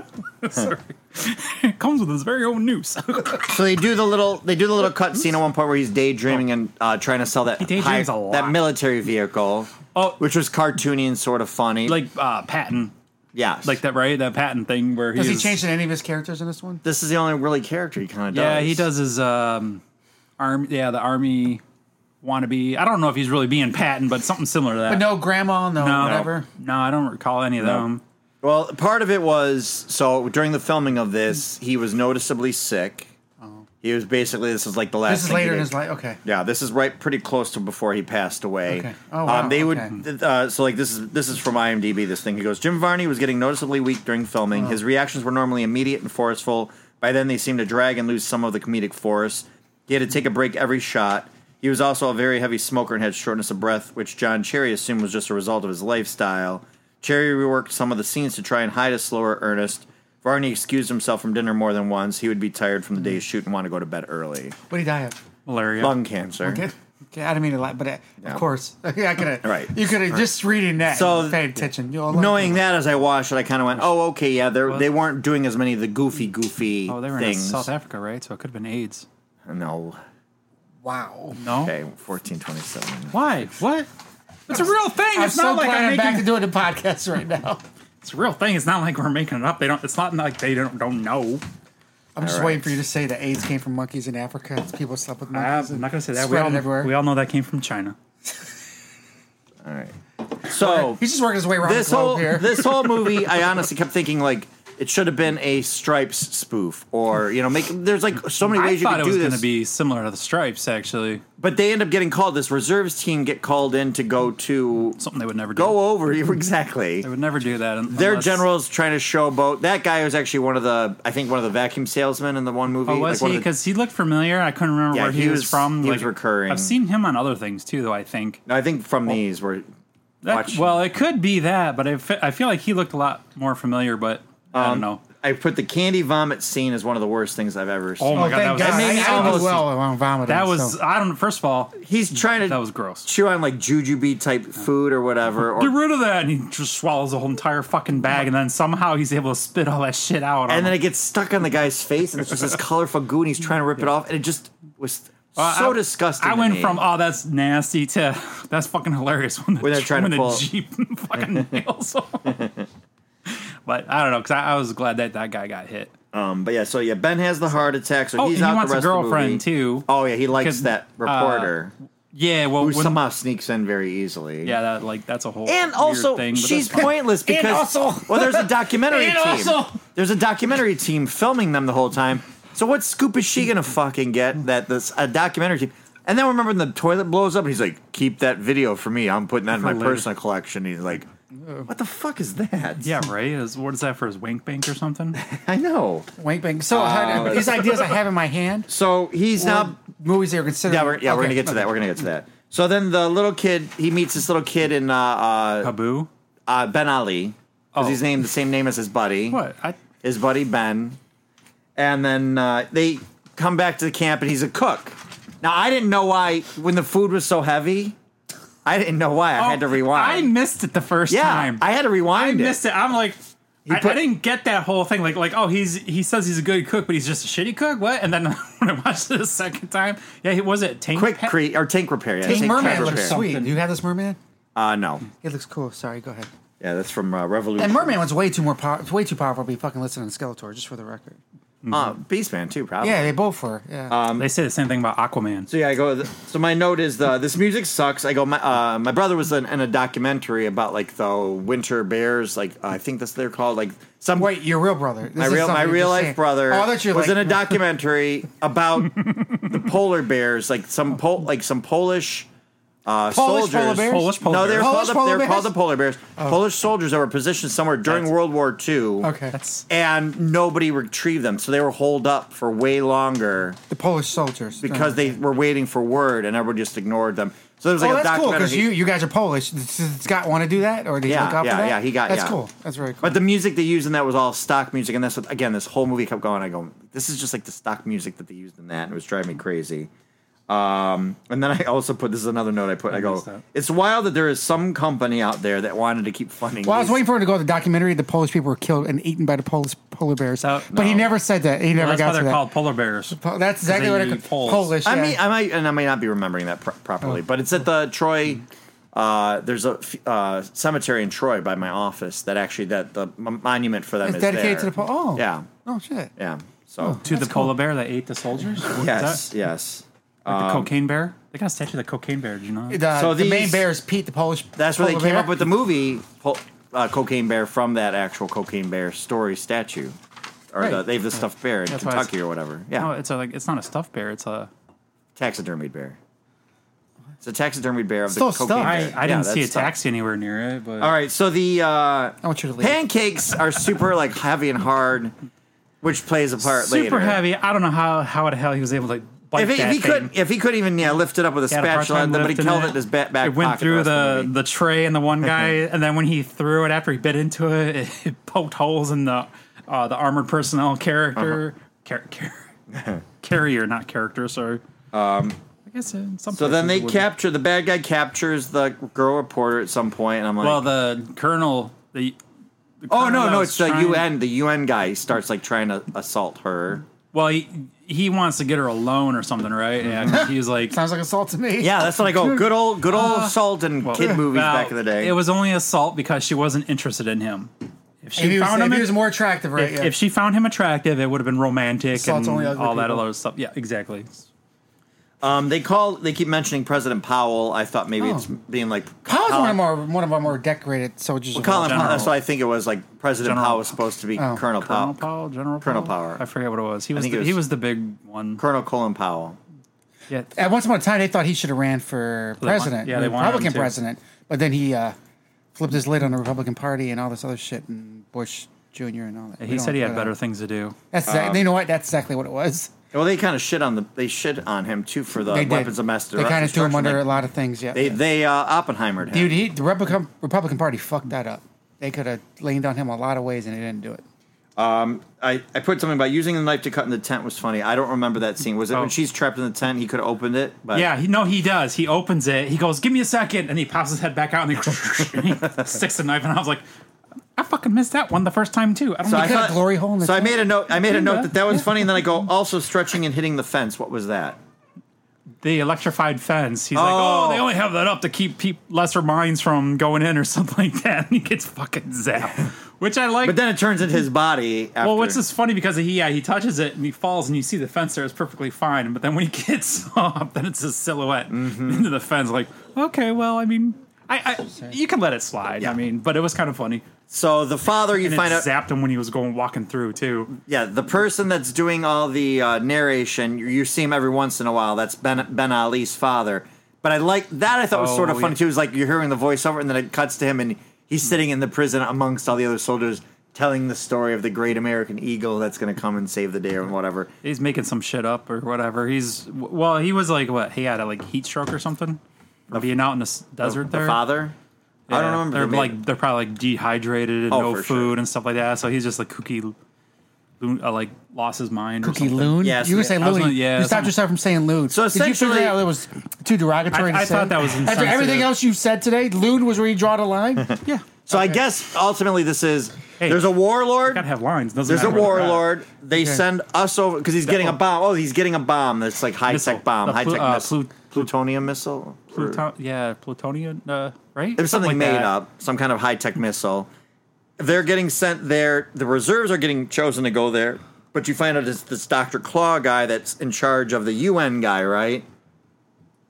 Speaker 4: It comes with his very own noose.
Speaker 2: So they do the little they do the little cut scene at one point where he's daydreaming and uh, trying to sell that
Speaker 4: daydreams a lot.
Speaker 2: that military vehicle,
Speaker 4: Oh.
Speaker 2: which was cartoony and sort of funny.
Speaker 4: like uh, Patton,
Speaker 2: yeah,
Speaker 4: like that, right? That Patton thing where he
Speaker 3: Does he
Speaker 4: is-
Speaker 3: change any of his characters in this one?
Speaker 2: This is the only really character he kind of does.
Speaker 4: Yeah, he does his um, arm. Yeah, the army wannabe. I don't know if he's really being Patton, but something similar to that.
Speaker 3: But no grandma, no,
Speaker 4: no,
Speaker 3: whatever.
Speaker 4: No, I don't recall any of them.
Speaker 2: Well, part of it was so during the filming of this,
Speaker 3: Hmm.
Speaker 2: he was noticeably sick. He was basically this is like the last.
Speaker 3: Oh. This is
Speaker 2: thing he
Speaker 3: later in
Speaker 2: did.
Speaker 3: his life. Okay.
Speaker 2: Yeah, this is right pretty close to before he passed away.
Speaker 3: Okay. Oh, wow,
Speaker 2: um, they would
Speaker 3: okay.
Speaker 2: th- uh, so like this is this is from IMDb. This thing he goes. Jim Varney was getting noticeably weak during
Speaker 3: Oh.
Speaker 2: filming. His reactions were normally immediate and forceful. By then, they seemed to drag and lose some of the comedic force. He had to take a break every shot. He was also a very heavy smoker and had shortness of breath, which John Cherry assumed was just a result of his lifestyle. Cherry reworked some of the scenes to try and hide a slower Ernest. Varney excused himself from dinner more than once. He would be tired
Speaker 3: Mm.
Speaker 2: from the day's shoot and want to go to bed early.
Speaker 3: What did he die of?
Speaker 4: Malaria.
Speaker 2: Lung cancer.
Speaker 3: Okay. Okay, I didn't mean to lie, but uh,
Speaker 2: Yeah.
Speaker 3: of course, I could have.
Speaker 2: Right.
Speaker 3: You could have just reading that.
Speaker 2: So-
Speaker 3: So paying attention. You'll learn.
Speaker 2: knowing that as I watched it, I kind of went, "Oh, okay, yeah, they they weren't doing as many of the goofy, goofy
Speaker 4: Oh, they were in
Speaker 2: things."
Speaker 4: South Africa, right? So it could have been AIDS.
Speaker 2: no,
Speaker 3: Wow.
Speaker 4: No.
Speaker 2: Okay, 1427.
Speaker 4: Why? What? It's a real thing.
Speaker 3: I'm
Speaker 4: it's
Speaker 3: so
Speaker 4: not like
Speaker 3: glad
Speaker 4: I'm
Speaker 3: I'm
Speaker 4: making.
Speaker 3: back to doing the podcast right now.
Speaker 4: it's a real thing. It's not like we're making it up. They don't. It's not like they don't don't know.
Speaker 3: I'm just
Speaker 2: All right.
Speaker 3: waiting for you to say that AIDS came from monkeys in Africa. It's people slept with monkeys.
Speaker 4: I'm
Speaker 3: and
Speaker 4: not gonna say that. We
Speaker 3: spread
Speaker 4: all,
Speaker 3: it everywhere.
Speaker 4: we all know that came from China.
Speaker 2: All right. So
Speaker 3: He's just working his way around
Speaker 2: this
Speaker 3: the globe
Speaker 2: whole
Speaker 3: here.
Speaker 2: this whole movie, I honestly kept thinking like it should have been a Stripes spoof, or you know, make there's like so many
Speaker 4: I
Speaker 2: ways you
Speaker 4: thought
Speaker 2: could
Speaker 4: it
Speaker 2: do
Speaker 4: was
Speaker 2: this.
Speaker 4: gonna be similar to the Stripes, actually.
Speaker 2: but they end up getting called. This reserves team get called in to go to
Speaker 4: Something they would never do.
Speaker 2: go over exactly.
Speaker 4: They would never do that. un-
Speaker 2: Their
Speaker 4: unless-
Speaker 2: general's trying to showboat. That guy was actually one of the, I think, one of the vacuum salesmen in the one movie.
Speaker 4: Oh, was
Speaker 2: like one
Speaker 4: he?
Speaker 2: of the-
Speaker 4: Because he looked familiar. I couldn't remember
Speaker 2: Yeah,
Speaker 4: where he,
Speaker 2: he
Speaker 4: was,
Speaker 2: was-
Speaker 4: from.
Speaker 2: he was recurring.
Speaker 4: I've seen him on other things too, though. I think.
Speaker 2: No, I think from
Speaker 4: Oh.
Speaker 2: these were.
Speaker 4: That-
Speaker 2: Watch.
Speaker 4: well, it could be that, but I, fe- I feel like he looked a lot more familiar. But I
Speaker 2: Um,
Speaker 4: don't know.
Speaker 2: I put the candy vomit scene as one of the worst things I've ever seen.
Speaker 4: Oh my
Speaker 3: oh,
Speaker 4: god,
Speaker 3: thank
Speaker 4: that
Speaker 3: God.
Speaker 4: was that made
Speaker 3: I,
Speaker 4: me
Speaker 3: I do
Speaker 4: almost-
Speaker 3: well around vomiting.
Speaker 4: That was
Speaker 3: so-
Speaker 4: I don't. First of all,
Speaker 2: He's trying to
Speaker 4: that was gross.
Speaker 2: chew on like jujube type food or whatever,
Speaker 4: Get
Speaker 2: or,
Speaker 4: rid of that, and he just swallows a whole entire fucking bag, and then somehow he's able to spit all that shit out. on
Speaker 2: and then
Speaker 4: him.
Speaker 2: it gets stuck on the guy's face, and it's just this colorful goo, and he's trying to rip it off, and it just was
Speaker 4: Uh,
Speaker 2: so
Speaker 4: I-
Speaker 2: disgusting.
Speaker 4: I
Speaker 2: to
Speaker 4: went
Speaker 2: me.
Speaker 4: from oh that's nasty to that's fucking hilarious when the,
Speaker 2: When they're trying
Speaker 4: when
Speaker 2: to
Speaker 4: the
Speaker 2: pull-
Speaker 4: jeep fucking nails. him. but I don't know because I, I was glad that that guy got hit.
Speaker 2: um, but yeah, so yeah, Ben has the heart attack, so
Speaker 4: Oh,
Speaker 2: he's
Speaker 4: he
Speaker 2: out
Speaker 4: wants
Speaker 2: the
Speaker 4: a
Speaker 2: rest
Speaker 4: girlfriend
Speaker 2: of the movie.
Speaker 4: too.
Speaker 2: Oh yeah, he likes
Speaker 4: 'Cause,
Speaker 2: that reporter
Speaker 4: Yeah, well,
Speaker 2: who
Speaker 4: when-
Speaker 2: somehow sneaks in very easily.
Speaker 4: yeah, that like that's a whole
Speaker 2: And
Speaker 4: weird
Speaker 2: also,
Speaker 4: thing, but
Speaker 2: she's
Speaker 4: that's fine.
Speaker 2: pointless because
Speaker 3: also-
Speaker 2: well, there's a documentary
Speaker 3: And
Speaker 2: team.
Speaker 3: also-
Speaker 2: There's a documentary team filming them the whole time. So what scoop is she gonna fucking get that this a documentary team? And then remember when the toilet blows up, and he's like, "Keep that video for me. I'm putting that in my
Speaker 4: For later."
Speaker 2: personal collection." He's like, "What the fuck is that?"
Speaker 4: yeah, Ray is what is that for his wink bank or something?
Speaker 2: I know.
Speaker 3: wink, wink.
Speaker 4: Oh,
Speaker 3: So how- these ideas I have in my hand.
Speaker 2: So he's now.
Speaker 3: movies they were considering.
Speaker 2: Yeah, we're, yeah, we're
Speaker 3: Okay.
Speaker 2: gonna get to that. We're gonna get to that. So then the little kid, he meets this little kid in uh, uh,
Speaker 4: Abu,
Speaker 2: uh, Ben Ali because
Speaker 4: Oh.
Speaker 2: he's named the same name as his buddy.
Speaker 4: what? I,
Speaker 2: his buddy Ben, and then uh, they come back to the camp, and he's a cook. Now I didn't know why when the food was so heavy, I didn't know why I had to
Speaker 4: Oh,
Speaker 2: rewind.
Speaker 4: I missed it the first
Speaker 2: yeah,
Speaker 4: time.
Speaker 2: I had to rewind.
Speaker 4: I missed it. I'm like, I,
Speaker 2: put-
Speaker 4: I didn't get that whole thing. Like, like, oh, he's he says he's a good cook, but he's just a shitty cook. What? And then when I watched it a second time, yeah, he was it tank
Speaker 2: Quick
Speaker 4: Pet?
Speaker 2: cre- or tank repair. Yeah,
Speaker 3: This
Speaker 2: tank
Speaker 3: merman
Speaker 2: Cat
Speaker 3: looks
Speaker 2: repair.
Speaker 3: sweet. Do you have this merman?
Speaker 2: Uh, no,
Speaker 3: It looks cool. Sorry, go ahead.
Speaker 2: yeah, that's from uh, Revolution.
Speaker 3: And merman was way too more power. Way too powerful to be fucking listening to Skeletor. Just for the record.
Speaker 2: uh, Beastman too, probably.
Speaker 3: Yeah, they both were. Yeah.
Speaker 4: They say the same thing about Aquaman.
Speaker 2: So yeah, I go. So my note is the this music sucks. I go. My uh, my brother was in, in a documentary about like the winter bears. Like I think that's what they're called. Like some
Speaker 3: Wait, your real brother. This
Speaker 2: my
Speaker 3: is
Speaker 2: real my
Speaker 3: something you're
Speaker 2: real
Speaker 3: just
Speaker 2: life
Speaker 3: saying.
Speaker 2: brother
Speaker 3: Oh, I thought you were
Speaker 2: was
Speaker 3: like,
Speaker 2: in a documentary about the polar bears, like some Pol- like some Polish uh,
Speaker 3: Oh. Polish
Speaker 2: soldiers.
Speaker 3: polar bears?
Speaker 4: Polish polar
Speaker 2: no, they were
Speaker 4: bears.
Speaker 2: called
Speaker 3: Polish
Speaker 2: the,
Speaker 3: polar
Speaker 2: they were called
Speaker 3: bears? Oh.
Speaker 2: the polar bears. Polish soldiers that were positioned somewhere during
Speaker 4: That's-
Speaker 2: World War II.
Speaker 3: Okay.
Speaker 4: That's
Speaker 2: And nobody retrieved them, so they were holed up for way longer
Speaker 3: the Polish soldiers
Speaker 2: because they were waiting for word, and everyone just ignored them. So there was like
Speaker 3: oh,
Speaker 2: a
Speaker 3: that's cool
Speaker 2: documentary.
Speaker 3: because you you guys are Polish. Does Scott want to do that, or did
Speaker 2: Yeah,
Speaker 3: he look up
Speaker 2: yeah,
Speaker 3: for that?
Speaker 2: yeah, he got-
Speaker 3: That's
Speaker 2: yeah.
Speaker 3: cool. That's very cool.
Speaker 2: But the music they used in that was all stock music, and that's what again this whole movie kept going. I go, this is just like the stock music that they used in that, and it was driving me crazy. Um, and then I also put this is another note I put. I,
Speaker 4: missed that.
Speaker 2: go, it's wild that there is some company out there that wanted to keep funding.
Speaker 3: well, I was
Speaker 2: these-
Speaker 3: waiting for him to go to the documentary. The Polish people were killed and eaten by the Polish polar bears,
Speaker 4: So-
Speaker 3: but he
Speaker 2: No.
Speaker 3: never said that. He never
Speaker 4: that's why
Speaker 3: got
Speaker 4: they're
Speaker 3: to that.
Speaker 4: called polar bears.
Speaker 3: Po- that's exactly
Speaker 4: they
Speaker 3: what
Speaker 4: eat
Speaker 3: I
Speaker 4: Poles.
Speaker 3: called Polish.
Speaker 2: I
Speaker 3: yeah. Oh.
Speaker 2: mean, I might and I may not be remembering that pro- properly, but it's at the Troy. Uh, there's a f- uh, cemetery in Troy by my office that actually that the m- monument for them
Speaker 3: It's
Speaker 2: is
Speaker 3: dedicated to
Speaker 2: there.
Speaker 3: the Oh. Pol- oh.
Speaker 2: yeah,
Speaker 3: oh shit.
Speaker 2: yeah. So
Speaker 4: To the polar bear that ate the soldiers. What is
Speaker 2: yes, um,
Speaker 4: that?
Speaker 2: yes.
Speaker 4: the cocaine bear. They got a statue of the cocaine bear. Did you know? that?
Speaker 3: The,
Speaker 2: So
Speaker 3: the main
Speaker 2: these-
Speaker 3: bear is Pete, the Polish.
Speaker 2: That's where they
Speaker 3: polar
Speaker 2: came
Speaker 3: bear.
Speaker 2: up with the movie Pol- uh, Cocaine Bear from that actual Cocaine Bear story statue, or the,
Speaker 3: Right.
Speaker 2: they have the stuffed bear in
Speaker 4: That's why I
Speaker 2: Kentucky
Speaker 4: s- Oh.
Speaker 2: or whatever. Yeah,
Speaker 4: No, it's a, like it's not a stuffed bear. It's a.
Speaker 2: taxidermied bear. It's a taxidermied bear of the
Speaker 3: Still
Speaker 2: cocaine.
Speaker 3: stuffed.
Speaker 2: Bear.
Speaker 4: I, I
Speaker 2: Yeah,
Speaker 4: didn't
Speaker 2: that's
Speaker 4: see a
Speaker 2: stuffed.
Speaker 4: taxi anywhere near it, but
Speaker 2: All right, so the uh,
Speaker 3: I want you to leave.
Speaker 2: pancakes are super like heavy and hard, which plays a part later.
Speaker 4: super heavy. I don't know how how the hell he was able to bite
Speaker 2: If he,
Speaker 4: that
Speaker 2: if he
Speaker 4: thing.
Speaker 2: couldn't, if he couldn't even yeah, lift it up with a
Speaker 4: He had a hard
Speaker 2: spatula,
Speaker 4: time
Speaker 2: but he
Speaker 4: lifting
Speaker 2: held it in his back, back
Speaker 4: It went
Speaker 2: pocket
Speaker 4: through
Speaker 2: rest of
Speaker 4: the,
Speaker 2: movie.
Speaker 4: the, tray and the one guy, and then when he threw it after he bit into it, it, poked holes in the uh, the armored personnel character
Speaker 2: Uh-huh.
Speaker 4: car- car- carrier, not character. Sorry. Um, I guess in some.
Speaker 2: So then
Speaker 4: places
Speaker 2: they
Speaker 4: it would-
Speaker 2: capture the bad guy captures the girl reporter at some point, and I'm like,
Speaker 4: Well, the colonel. The, the
Speaker 2: Oh no,
Speaker 4: colonel
Speaker 2: no,
Speaker 4: was
Speaker 2: it's the
Speaker 4: trying-
Speaker 2: UN. The UN guy starts like trying to assault her.
Speaker 4: Well, he, he wants to get her alone or something, right? And he's like,
Speaker 3: Sounds like assault to me.
Speaker 2: Yeah, that's what I go. Good old, good old salt and kid movies
Speaker 4: Uh, well,
Speaker 2: back in the day.
Speaker 4: It was only assault because she wasn't interested in him. If she
Speaker 3: If he was,
Speaker 4: found
Speaker 3: if
Speaker 4: him,
Speaker 3: he
Speaker 4: in-
Speaker 3: was more attractive, right?
Speaker 4: if,
Speaker 3: yeah.
Speaker 4: if she found him attractive, it would have been romantic
Speaker 3: Assault's
Speaker 4: and
Speaker 3: only ugly
Speaker 4: all that
Speaker 3: people.
Speaker 4: other stuff. Yeah, exactly.
Speaker 2: um, they call. They keep mentioning President Powell. I thought maybe it's being like
Speaker 3: Powell's one
Speaker 4: uh,
Speaker 2: Colin-
Speaker 3: of our one of our more decorated soldiers. of all
Speaker 2: Colin Powell.
Speaker 3: time.
Speaker 4: General.
Speaker 2: That's what I think it was. Like President
Speaker 4: General-
Speaker 2: Powell was supposed to be
Speaker 3: Oh.
Speaker 2: Colonel Powell.
Speaker 4: Colonel Powell, General
Speaker 2: Colonel
Speaker 4: Powell?
Speaker 2: Power.
Speaker 4: I forget what it was. He was,
Speaker 2: think
Speaker 4: the,
Speaker 2: it
Speaker 4: he
Speaker 2: was-
Speaker 4: was the big one.
Speaker 2: Colonel Colin Powell.
Speaker 4: Yeah.
Speaker 3: At once upon a time, they thought he should have ran for
Speaker 4: want-
Speaker 3: president,
Speaker 4: yeah, they wanted him
Speaker 3: Republican
Speaker 4: to.
Speaker 3: president. But then he uh, flipped his lid on the Republican Party and all this other shit, and Bush Jr. and all that. We
Speaker 4: He
Speaker 3: don't
Speaker 4: said he
Speaker 3: have to
Speaker 4: had
Speaker 3: go
Speaker 4: better
Speaker 3: down.
Speaker 4: Um, things to do.
Speaker 3: That's exactly, you know what? That's exactly what it was.
Speaker 2: Well, they kind of shit on the. They shit on him too for
Speaker 4: uh,
Speaker 2: the
Speaker 3: They did.
Speaker 2: weapons of mass
Speaker 3: They kind of threw him
Speaker 2: destruction.
Speaker 3: under a
Speaker 2: They-
Speaker 3: lot of things. Yeah,
Speaker 2: They they uh, Oppenheimered him.
Speaker 3: dude, he, the Republican Republican Party fucked that up. They could have leaned on him a lot of ways, and they didn't do it.
Speaker 2: I, I put something about using the knife to cut in the tent was funny. I don't remember that scene. Was it
Speaker 4: Oh.
Speaker 2: when she's trapped in the tent? He could have opened it, but
Speaker 4: Yeah, he, no, he does. He opens it. He goes, "Give me a second. and he pops his head back out and he, sticks the knife. And I was like, "I fucking missed that one the first time too." I don't.
Speaker 2: So
Speaker 4: know.
Speaker 2: I
Speaker 3: cut a
Speaker 2: thought,
Speaker 3: glory hole in the
Speaker 2: so I
Speaker 3: tent.
Speaker 2: made a note. I made a
Speaker 4: Kinda.
Speaker 2: note that that was funny, and then I go also stretching and hitting the fence. What was that?
Speaker 4: the electrified fence. He's like,
Speaker 2: Oh.
Speaker 4: "Oh, they only have that up to keep peop lesser minds from going in or something like that." And he gets fucking zapped, which I like.
Speaker 2: But then it turns into his body. After.
Speaker 4: Well, what's this funny because he yeah he touches it and he falls and you see the fence there is perfectly fine, but then when he gets up, then it's a silhouette
Speaker 2: Mm-hmm.
Speaker 4: into the fence. Like, okay, well, I mean, I, I you can let it slide. I mean, but it was kind of funny.
Speaker 2: So the father you
Speaker 4: And
Speaker 2: find
Speaker 4: it
Speaker 2: out.
Speaker 4: zapped him when he was going walking through too.
Speaker 2: Yeah, the person that's doing all the uh, narration, you, you see him every once in a while. That's Ben Ben Ali's father. But I like that. I thought was
Speaker 4: Oh,
Speaker 2: sort of funny
Speaker 4: yeah. Hmm.
Speaker 2: too. Is like you're hearing the voiceover, and then it cuts to him, and he's sitting in the prison amongst all the other soldiers, telling the story of the great American eagle that's going to come and save the day or whatever.
Speaker 4: He's making some shit up or whatever. He's well, he was like what he had a like heat stroke or something, or being out in the s- desert
Speaker 2: The
Speaker 4: there.
Speaker 2: father. I don't
Speaker 4: Yeah,
Speaker 2: remember.
Speaker 4: They're
Speaker 2: the man.
Speaker 4: like they're probably like dehydrated and
Speaker 2: Oh,
Speaker 4: no
Speaker 2: for
Speaker 4: food
Speaker 2: sure.
Speaker 4: and stuff like that. So he's just like kooky, loon, uh, like lost his mind. or
Speaker 3: Cookie
Speaker 4: something.
Speaker 3: loon.
Speaker 2: Yes,
Speaker 3: you were
Speaker 2: yeah.
Speaker 3: saying
Speaker 4: I was
Speaker 3: loony.
Speaker 4: gonna- yeah,
Speaker 3: you stopped
Speaker 4: something-
Speaker 3: yourself from saying loon.
Speaker 2: So
Speaker 3: Did you
Speaker 2: essentially-
Speaker 3: figure out it was too derogatory?
Speaker 4: I-
Speaker 3: to
Speaker 4: I
Speaker 3: say?
Speaker 4: thought that was
Speaker 3: after everything
Speaker 4: insensitive.
Speaker 3: else you said today. Loon was where you draw the line.
Speaker 4: Yeah,
Speaker 2: So I guess ultimately this is
Speaker 4: Hey,
Speaker 2: there's a warlord.
Speaker 4: gotta have lines. Doesn't
Speaker 2: There's a
Speaker 4: matter where they're at.
Speaker 2: warlord. They send us over because he's getting a bomb. Oh, he's getting a bomb. That's like high
Speaker 4: Missile.
Speaker 2: tech bomb,
Speaker 4: The
Speaker 2: high
Speaker 4: plu-
Speaker 2: tech
Speaker 4: uh,
Speaker 2: missile,
Speaker 4: plut-
Speaker 2: plutonium missile. Or-
Speaker 4: Pluton- yeah, plutonium, uh, right?
Speaker 2: It was something, made
Speaker 4: that.
Speaker 2: up, some kind of high tech missile. They're getting sent there. The reserves are getting chosen to go there, but you find out it's this Doctor Claw guy that's in charge of the UN guy, right?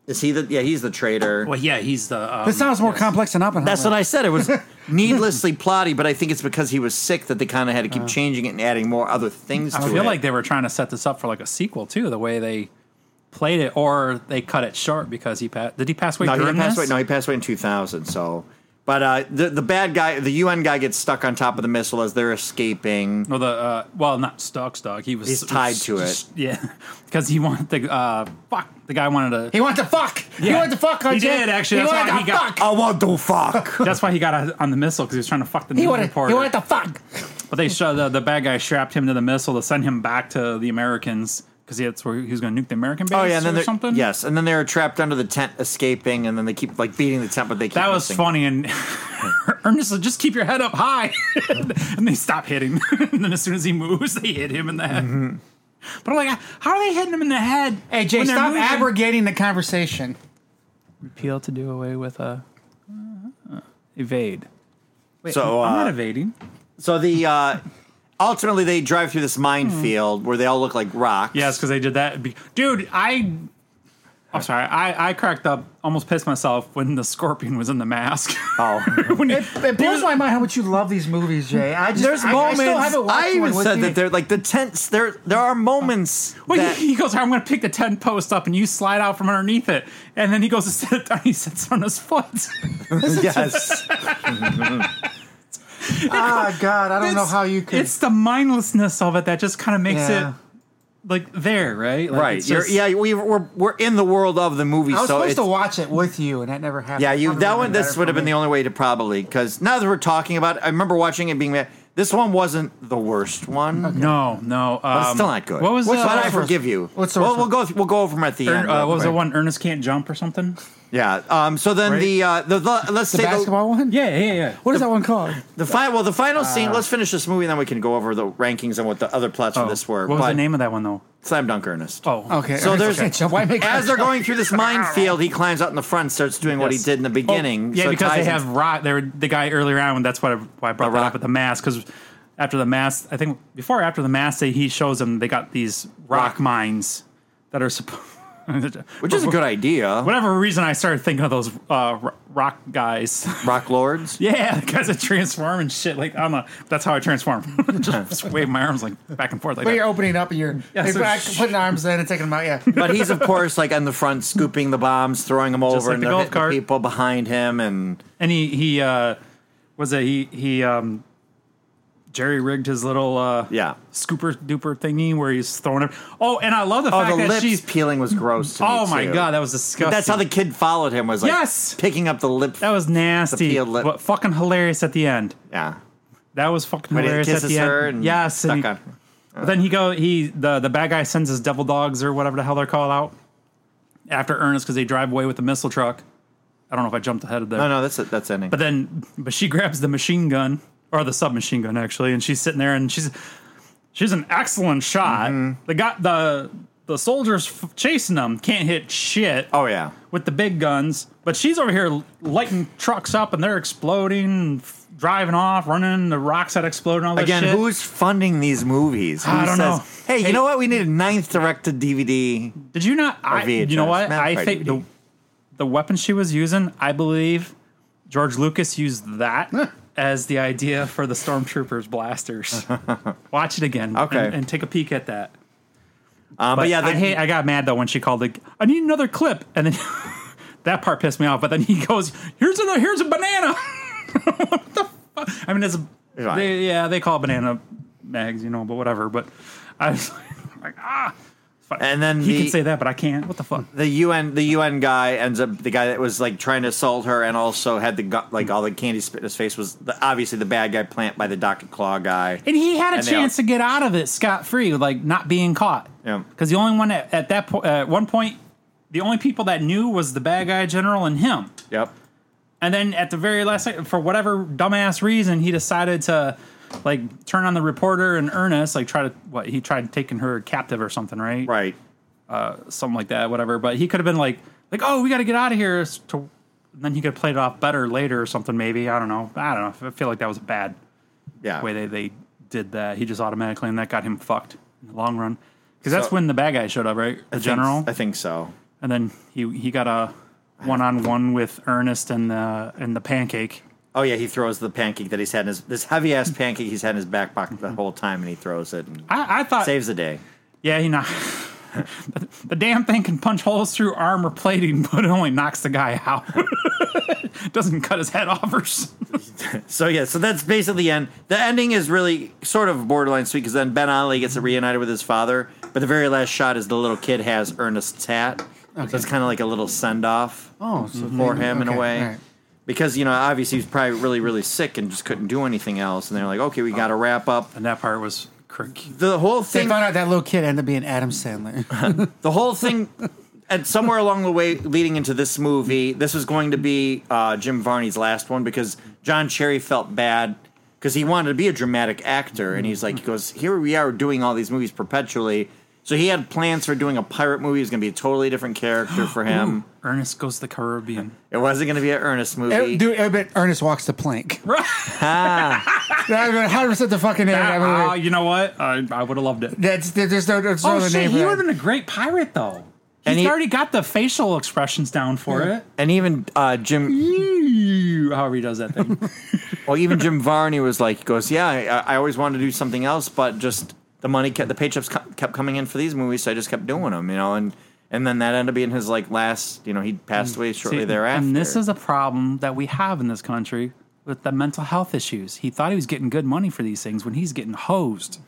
Speaker 2: Is he the? Yeah, he's the traitor.
Speaker 4: Well, yeah, he's the. Um,
Speaker 3: This sounds more
Speaker 4: yes.
Speaker 3: complex than Oppenheimer.
Speaker 2: That's what I said. It was needlessly plotty, but I think it's because he was sick that they kind of had to keep changing it and adding more other things.
Speaker 4: Oh. I
Speaker 2: to
Speaker 4: feel
Speaker 2: it.
Speaker 4: like they were trying to set this up for like a sequel too. The way they played it, or they cut it short because he passed. Did he pass away?
Speaker 2: no, he
Speaker 4: during
Speaker 2: didn't pass
Speaker 4: this?
Speaker 2: away. No, he passed away in two thousand. So, but uh, the the bad guy, the UN guy, gets stuck on top of the missile as they're escaping.
Speaker 4: Well, the uh, well, not stuck, stuck. He was
Speaker 2: He's tied to it.
Speaker 4: Yeah, because he wanted the uh, fuck. The guy wanted to.
Speaker 3: He wanted to fuck. He
Speaker 4: Yeah.
Speaker 3: wanted to fuck.
Speaker 4: He
Speaker 3: Hudson.
Speaker 4: did, actually.
Speaker 3: He
Speaker 4: That's
Speaker 3: wanted
Speaker 4: why
Speaker 3: to
Speaker 4: he got-
Speaker 3: fuck.
Speaker 2: I want to fuck.
Speaker 4: That's why he got on the missile because he was trying to fuck the
Speaker 3: he
Speaker 4: news
Speaker 3: wanted.
Speaker 4: reporter.
Speaker 3: He wanted to fuck.
Speaker 4: but they showed the, the bad guy strapped him to the missile to send him back to the Americans because that's where he was going to nuke the American base
Speaker 2: oh yeah, and then
Speaker 4: or
Speaker 2: they're-
Speaker 4: something.
Speaker 2: yes, and then they're trapped under the tent, escaping, and then they keep like beating the tent, but they keep
Speaker 4: That was
Speaker 2: missing.
Speaker 4: funny, and Ernest said, "Just keep your head up high," and they stop hitting. and then as soon as he moves, they hit him in the head. But I'm like, how are they hitting him in the head?
Speaker 3: Mm-hmm. Hey Jay,
Speaker 4: when they're
Speaker 3: stop
Speaker 4: moving?
Speaker 3: abrogating the conversation.
Speaker 4: Appeal to do away with a uh, evade. Wait,
Speaker 2: So,
Speaker 4: I'm
Speaker 2: uh,
Speaker 4: not evading.
Speaker 2: So the uh, ultimately they drive through this minefield where they all look like rocks.
Speaker 4: Hmm. Yes, because they did that. Be- Dude, I. I'm sorry. I, I cracked up, almost pissed myself when the scorpion was in the mask.
Speaker 2: Oh.
Speaker 4: when he-
Speaker 3: It blows my mind how much you love these movies, Jay. I just
Speaker 2: There's
Speaker 3: I,
Speaker 2: moments.
Speaker 3: I, still
Speaker 2: I,
Speaker 3: haven't watched
Speaker 2: even
Speaker 3: one with
Speaker 2: said
Speaker 3: you.
Speaker 2: that they're like the tents. There, there are moments.
Speaker 4: Well,
Speaker 2: that,
Speaker 4: he, he goes, I'm going to pick the tent post up and you slide out from underneath it. And then he goes to sit it down. He sits on his foot.
Speaker 2: yes.
Speaker 3: Ah, God, I don't know
Speaker 4: It's-
Speaker 3: how you could.
Speaker 4: It's the mindlessness of it that just kind of makes
Speaker 3: Yeah.
Speaker 4: it like there, right? Like,
Speaker 2: right.
Speaker 4: it's
Speaker 2: You're,
Speaker 4: just-
Speaker 2: yeah, we, we're we're in the world of the movie.
Speaker 3: I was
Speaker 2: so
Speaker 3: supposed
Speaker 2: it's,
Speaker 3: to watch it with you, and that never happened.
Speaker 2: Yeah, you
Speaker 3: Probably
Speaker 2: that
Speaker 3: would've
Speaker 2: one.
Speaker 3: been
Speaker 2: This
Speaker 3: better
Speaker 2: would
Speaker 3: for
Speaker 2: have been
Speaker 3: me.
Speaker 2: the only way to probably because now that we're talking about, it, I remember watching it being mad. This one wasn't the worst one.
Speaker 4: No, no. Um,
Speaker 2: But it's still not good.
Speaker 4: What was
Speaker 2: What's
Speaker 4: the,
Speaker 2: but
Speaker 3: worst
Speaker 2: I
Speaker 3: one?
Speaker 2: forgive you.
Speaker 3: What's the
Speaker 2: well,
Speaker 3: worst
Speaker 2: we'll
Speaker 3: one?
Speaker 2: go th- we'll go over them at the end.
Speaker 4: uh, what was the
Speaker 2: but-
Speaker 4: one? Ernest can't jump or something?
Speaker 2: Yeah. Um. So then
Speaker 4: Right?
Speaker 2: the uh the, the let's
Speaker 3: The
Speaker 2: say
Speaker 3: basketball one.
Speaker 4: Yeah, yeah, yeah.
Speaker 3: What is that one called?
Speaker 2: the, the final
Speaker 3: Uh,
Speaker 2: well the final scene. Let's finish this movie and then we can go over the rankings and what the other plots for
Speaker 4: Oh,
Speaker 2: this were.
Speaker 4: What was
Speaker 2: but
Speaker 4: the name of that one, though?
Speaker 2: Slam dunk Ernest.
Speaker 4: Oh,
Speaker 3: Okay.
Speaker 2: So there's-
Speaker 3: okay, jump. Why make
Speaker 2: As they're going through this minefield, he climbs out in the front, starts doing what he
Speaker 4: Yes.
Speaker 2: did in the beginning.
Speaker 4: Oh, yeah,
Speaker 2: so it
Speaker 4: because they
Speaker 2: ties in-
Speaker 4: have rock. They were the guy earlier on. That's what I, why I brought
Speaker 2: The
Speaker 4: that
Speaker 2: rock.
Speaker 4: up with the mask. Because after the mask, I think before or after the mask, they, he shows them they got these rock,
Speaker 2: Rock.
Speaker 4: mines that are supposed.
Speaker 2: which is a good idea.
Speaker 4: Whatever reason, I started thinking of those uh, ro- rock guys.
Speaker 2: Rock lords.
Speaker 4: yeah, the guys that transform and shit. Like I'm a. That's how I transform. just, just wave my arms like back and forth like
Speaker 3: But you're
Speaker 4: that.
Speaker 3: opening up and you're
Speaker 4: Yeah,
Speaker 3: you're
Speaker 4: so
Speaker 3: back,
Speaker 4: sh-
Speaker 3: putting arms in and taking them out. Yeah.
Speaker 2: But he's of course like on the front, scooping the bombs, throwing them over,
Speaker 4: like
Speaker 2: and
Speaker 4: the
Speaker 2: they're
Speaker 4: golf
Speaker 2: hitting the
Speaker 4: cart.
Speaker 2: people behind him. And
Speaker 4: And he he uh, was it he he um, Jerry rigged his little uh,
Speaker 2: yeah,
Speaker 4: scooper duper thingy where he's throwing it. Oh, and I love the
Speaker 2: oh,
Speaker 4: fact
Speaker 2: the
Speaker 4: that
Speaker 2: lips
Speaker 4: she's.
Speaker 2: peeling was gross. To me,
Speaker 4: Oh my
Speaker 2: too.
Speaker 4: god, that was disgusting.
Speaker 2: That's how the kid followed him. Was like
Speaker 4: Yes!
Speaker 2: picking up the lip.
Speaker 4: that was nasty,
Speaker 2: peeled lip.
Speaker 4: but fucking hilarious at the end.
Speaker 2: yeah.
Speaker 4: That was fucking
Speaker 2: When he
Speaker 4: hilarious at
Speaker 2: kisses
Speaker 4: the end.
Speaker 2: her and
Speaker 4: yes, and
Speaker 2: stuck
Speaker 4: he-
Speaker 2: on.
Speaker 4: but then he go he the the bad guy sends his devil dogs or whatever the hell they're called out after Ernest because they drive away with the missile truck. I don't know if I jumped ahead of there.
Speaker 2: Oh, No, no, that's it. That's ending.
Speaker 4: But then, but she grabs the machine gun or the submachine gun actually, and she's sitting there and she's she's an excellent shot.
Speaker 2: Mm-hmm.
Speaker 4: The guy, the the soldiers f- chasing them can't hit shit
Speaker 2: oh yeah,
Speaker 4: with the big guns, but she's over here lighting trucks up and they're exploding, f- driving off, running the rocks that explode and all that
Speaker 2: Again,
Speaker 4: Oh, shit.
Speaker 2: who's funding these movies? Who
Speaker 4: I don't
Speaker 2: says,
Speaker 4: know.
Speaker 2: Hey, you
Speaker 4: Hey-
Speaker 2: know what? We need a ninth directed DVD.
Speaker 4: Did you not? I, you know
Speaker 2: VHS,
Speaker 4: what?
Speaker 2: not
Speaker 4: I
Speaker 2: quite
Speaker 4: think the
Speaker 2: DVD.
Speaker 4: the weapon she was using, I believe George Lucas used that as the idea for the stormtroopers blasters. Watch it again,
Speaker 2: Okay.
Speaker 4: and, and take a peek at that.
Speaker 2: Um, but, yeah,
Speaker 4: I
Speaker 2: the-
Speaker 4: hate. I got mad though when she called. The, I need another clip, and then that part pissed me off. But then he goes, "Here's a here's a banana." what the fuck? I mean, it's a,
Speaker 2: It's fine.
Speaker 4: they, yeah, they call it banana mags, you know, but whatever. But I was like, ah. Fuck.
Speaker 2: And then
Speaker 4: he
Speaker 2: the-
Speaker 4: can say that, but I can't. What the fuck?
Speaker 2: the UN the UN guy ends up the guy that was like trying to assault her and also had the gu- like all the candy spit in his face was the, obviously the bad guy plant by the Doctor Claw guy.
Speaker 4: And he had a
Speaker 2: And they
Speaker 4: chance
Speaker 2: all-
Speaker 4: to get out of it scot free, like not being caught.
Speaker 2: Yeah.
Speaker 4: Because the only one at, at that point, at one point, the only people that knew was the bad guy general and him.
Speaker 2: Yep.
Speaker 4: And then at the very last second, for whatever dumbass reason, he decided to like turn on the reporter in earnest, like try to what he tried taking her captive or something, right? Uh,
Speaker 2: Right.
Speaker 4: Something like that, whatever. But he could have been like, like, oh, we got to get out of here. s- To and then he could have played it off better later or something. Maybe I don't know. I don't know. I feel like that was a bad
Speaker 2: Yeah.
Speaker 4: way they, they did that. He just automatically, and that got him fucked in the long run. Because that's
Speaker 2: So-
Speaker 4: when the bad guy showed up, right? The general,
Speaker 2: I think so.
Speaker 4: and then he he got a one on one with Ernest and the and the pancake.
Speaker 2: Oh yeah, he throws the pancake that he's had in his this heavy ass pancake he's had in his back pocket the whole time and he throws it and
Speaker 4: I, I thought,
Speaker 2: saves the day.
Speaker 4: yeah, he knocked. the damn thing can punch holes through armor plating, but it only knocks the guy out. Doesn't cut his head off or something.
Speaker 2: So yeah, so that's basically the end. The ending is really sort of borderline sweet because then Ben Ollie gets
Speaker 3: Mm-hmm.
Speaker 2: reunited with his father, but the very last shot is the little kid has Ernest's hat. So it's kind of like a little send off
Speaker 3: Oh, so
Speaker 2: for
Speaker 3: they-
Speaker 2: him in
Speaker 3: okay,
Speaker 2: a way.
Speaker 3: all right.
Speaker 2: Because you know, obviously he's probably really, really sick and just couldn't do anything else. And they're like, okay,
Speaker 3: Oh.
Speaker 2: we got to wrap up
Speaker 4: And that part was creaky.
Speaker 2: the whole
Speaker 3: They
Speaker 2: thing.
Speaker 3: found out that little kid ended up being Adam Sandler.
Speaker 2: the whole thing and somewhere along the way leading into this movie this was going to be uh, jim varney's last one because john cherry felt bad because he wanted to be a dramatic actor and he's like he goes here we are doing all these movies perpetually so he had plans for doing a pirate movie it was going to be a totally different character for him
Speaker 4: Ernest goes to the Caribbean.
Speaker 2: it wasn't going to be an earnest movie
Speaker 3: It- dude, I bet Ernest walks the plank.
Speaker 2: Ah,
Speaker 3: That would 100 percent the fucking name. of that movie.
Speaker 4: Ah, you know what? I, I would have loved it.
Speaker 3: That's there- there's no there's no
Speaker 4: Oh
Speaker 3: other
Speaker 4: shit,
Speaker 3: name.
Speaker 4: he
Speaker 3: for
Speaker 4: would
Speaker 3: that.
Speaker 4: have been a great pirate though. He's
Speaker 2: And he-
Speaker 4: already got the facial expressions down for it.
Speaker 2: and even uh, jim
Speaker 4: Ew, However he does that thing.
Speaker 2: well even jim varney was like he goes yeah I, I always wanted to do something else but just the money kept the paychecks co- kept coming in for these movies so i just kept doing them you know and and then that ended up being his like last you know he passed
Speaker 3: Mm,
Speaker 2: away shortly
Speaker 4: See,
Speaker 2: thereafter
Speaker 4: And this is a problem that we have in this country with the mental health issues. He thought he was getting good money for these things when he's getting hosed.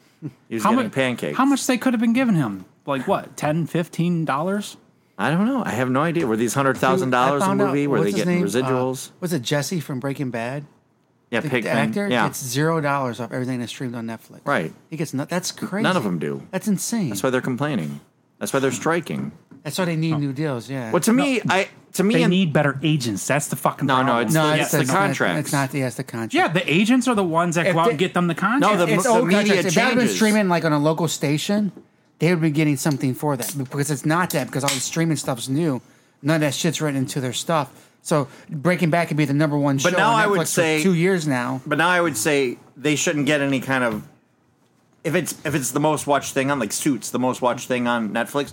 Speaker 2: he was getting
Speaker 4: mu-
Speaker 2: pancakes
Speaker 4: How much they could have been giving him? Like what, 10 15 dollars?
Speaker 2: i don't know i have no idea were these hundred thousand dollars
Speaker 3: I
Speaker 2: a
Speaker 3: found out-
Speaker 2: movie were
Speaker 3: what's
Speaker 2: they
Speaker 3: his
Speaker 2: getting
Speaker 3: name?
Speaker 2: residuals
Speaker 3: Uh, was it Jesse from Breaking Bad?
Speaker 2: yeah
Speaker 3: The,
Speaker 2: Pigpen.
Speaker 3: the actor
Speaker 2: yeah
Speaker 3: gets zero dollars off everything that's streamed on Netflix.
Speaker 2: Right.
Speaker 3: He gets no, that's crazy.
Speaker 2: None of them do.
Speaker 3: That's insane.
Speaker 2: that's Oh. why they're complaining that's why they're striking
Speaker 3: they need new deals. Yeah.
Speaker 2: well to me i to me
Speaker 4: They
Speaker 2: and
Speaker 4: need better agents. That's the fucking
Speaker 2: No, no,
Speaker 4: problem.
Speaker 2: it's-
Speaker 3: no,
Speaker 2: yes,
Speaker 3: it's,
Speaker 2: the
Speaker 3: it's not-
Speaker 2: contracts.
Speaker 3: It's not. Yes, the contract.
Speaker 4: Yeah, the agents are the ones that
Speaker 3: If
Speaker 4: go out
Speaker 3: they-
Speaker 4: and get them the contract.
Speaker 2: No, the-
Speaker 3: it's old
Speaker 2: media
Speaker 3: contracts. If that had been
Speaker 2: changes.
Speaker 3: streaming like on a local station, they would be getting something for that because it's not that because all the streaming stuff's new. None of that shit's written into their stuff. So Breaking Bad could be the number one
Speaker 2: But
Speaker 3: show
Speaker 2: now
Speaker 3: on
Speaker 2: I would
Speaker 3: Netflix for
Speaker 2: say-
Speaker 3: two years now.
Speaker 2: But now I would say they shouldn't get any kind of if it's if it's the most watched thing on like Suits, the most watched thing on Netflix.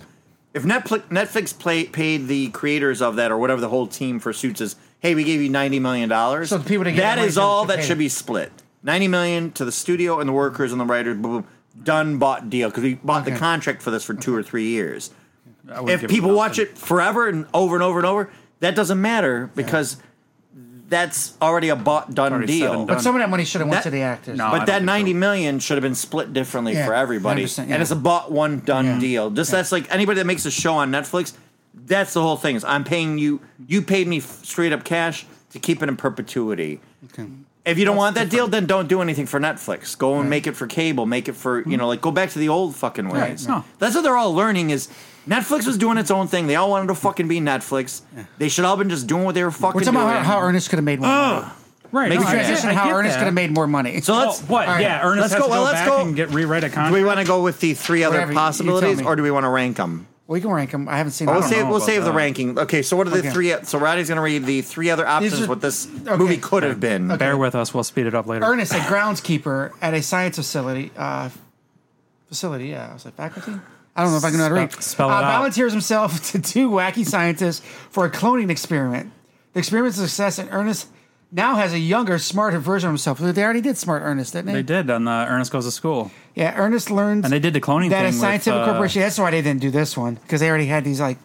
Speaker 2: If Netflix Netflix play, paid the creators of that or whatever the whole team for Suits is, hey, we gave you ninety million dollars.
Speaker 3: So the people that get
Speaker 2: that
Speaker 3: the money
Speaker 2: is
Speaker 3: should-
Speaker 2: all
Speaker 3: should
Speaker 2: that
Speaker 3: pay
Speaker 2: should
Speaker 3: them.
Speaker 2: be split. Ninety million to the studio and the workers and the writers. Boom, boom, done, bought deal because we bought the
Speaker 3: Okay.
Speaker 2: contract for this for two or three years
Speaker 4: I wouldn't
Speaker 2: if
Speaker 4: give
Speaker 2: people
Speaker 4: nothing.
Speaker 2: watch it forever and over and over and over, that doesn't matter because that's already a bought done
Speaker 4: Already said
Speaker 2: deal. But,
Speaker 4: and done.
Speaker 3: But some of that money should have went
Speaker 2: That-
Speaker 3: to the actors.
Speaker 4: No. Oh, I don't
Speaker 2: that
Speaker 4: think
Speaker 2: ninety
Speaker 4: so.
Speaker 2: million should have been split differently
Speaker 3: Yeah,
Speaker 2: for everybody,
Speaker 3: 100%, yeah.
Speaker 2: and it's a bought one done
Speaker 3: Yeah.
Speaker 2: deal. Just that's like anybody that makes a show on Netflix. That's the whole thing. Is I'm paying you. You paid me f- straight up cash to keep it in perpetuity. If you don't want that deal, then don't do anything for Netflix. Go and make it for cable. Make it for you know, like go back to the old fucking ways.
Speaker 4: right. No.
Speaker 2: That's what they're all learning. Is Netflix was doing its own thing. They all wanted to fucking be Netflix. They should all been just doing what they were fucking
Speaker 3: We're talking
Speaker 2: doing.
Speaker 3: about how, how Ernest could have made more
Speaker 2: Oh,
Speaker 3: money.
Speaker 4: right?
Speaker 2: Make
Speaker 4: no,
Speaker 2: a
Speaker 4: I get-
Speaker 3: Transition
Speaker 4: I
Speaker 3: how
Speaker 4: get
Speaker 3: Ernest
Speaker 4: that.
Speaker 3: could have made more money.
Speaker 2: so
Speaker 4: Oh,
Speaker 2: let's
Speaker 4: what?
Speaker 3: all right.
Speaker 4: yeah, Ernest
Speaker 2: Let's
Speaker 4: has
Speaker 2: go-
Speaker 4: to go
Speaker 2: well, let's
Speaker 4: back
Speaker 2: go-
Speaker 4: and get rewrite a
Speaker 2: do we
Speaker 4: contract.
Speaker 2: want to go with the three other
Speaker 3: Whatever, you- you tell
Speaker 2: possibilities,
Speaker 3: me.
Speaker 2: or do we want to rank them?
Speaker 3: we can rank them. I haven't seen.
Speaker 2: Well,
Speaker 3: I
Speaker 2: we'll
Speaker 3: don't
Speaker 2: save
Speaker 3: know.
Speaker 2: we'll
Speaker 4: about
Speaker 2: save the
Speaker 4: that.
Speaker 2: ranking. Okay, so what are the
Speaker 3: Okay.
Speaker 2: three? So Roddy's gonna read the three other options.
Speaker 3: are-
Speaker 2: what this
Speaker 3: okay.
Speaker 2: movie could have been.
Speaker 4: Bear with us. We'll speed it up later.
Speaker 3: Ernest, a groundskeeper at a science facility. Uh, facility, yeah, I was like faculty. I don't know if I can know how to read.
Speaker 4: Spell- spell it
Speaker 3: uh,
Speaker 4: out.
Speaker 3: Volunteers himself to two wacky scientists for a cloning experiment. The experiment's a success, and Ernest now has a younger, smarter version of himself. They already did smart Ernest, didn't they?
Speaker 4: They did on the Ernest Goes to School.
Speaker 3: Yeah, Ernest learns.
Speaker 4: And they did the cloning
Speaker 3: that
Speaker 4: thing
Speaker 3: a
Speaker 4: with,
Speaker 3: scientific
Speaker 4: uh,
Speaker 3: corporation. That's why they didn't do this one because they already had these like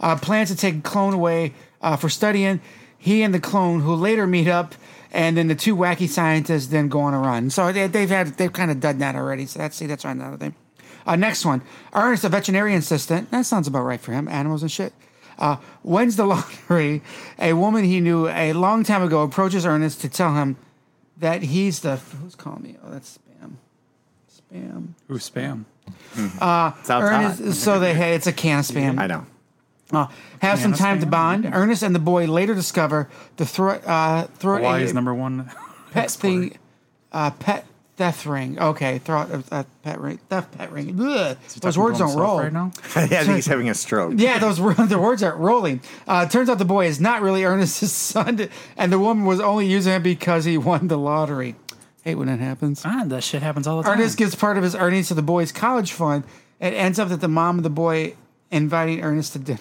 Speaker 3: uh, plans to take clone away uh, for studying. He and the clone, who later meet up, and then the two wacky scientists then go on a run. So they, they've had they've kind of done that already. So that's see that's right another thing. Uh, next one, Ernest, a veterinarian assistant. That sounds about right for him. Animals and shit. Uh, wins the lottery. A woman he knew a long time ago approaches Ernest to tell him that he's the who's calling me. Oh, that's spam. Spam.
Speaker 4: Ooh, spam.
Speaker 2: Sounds hot.
Speaker 3: Ernest, so they had it's a can of spam.
Speaker 2: I know.
Speaker 3: Uh, have some
Speaker 4: of
Speaker 3: time to
Speaker 4: spam.
Speaker 3: bond. Ernest and the boy later discover the throat uh, throat
Speaker 4: Why
Speaker 3: a
Speaker 4: is number one?
Speaker 3: pet thing, uh, pet theft ring. Okay, throat uh, pet ring, theft pet ring. Ugh. Those words don't roll.
Speaker 4: right now.
Speaker 2: yeah, I think he's having a stroke.
Speaker 3: Yeah, those wor- the words aren't rolling. Uh, turns out the boy is not really Ernest's son, and the woman was only using him because he won the lottery. Hate when that happens.
Speaker 4: Ah, that shit happens all the time.
Speaker 3: Ernest gives part of his earnings to the boys' college fund. It ends up that the mom of the boy inviting Ernest to dinner.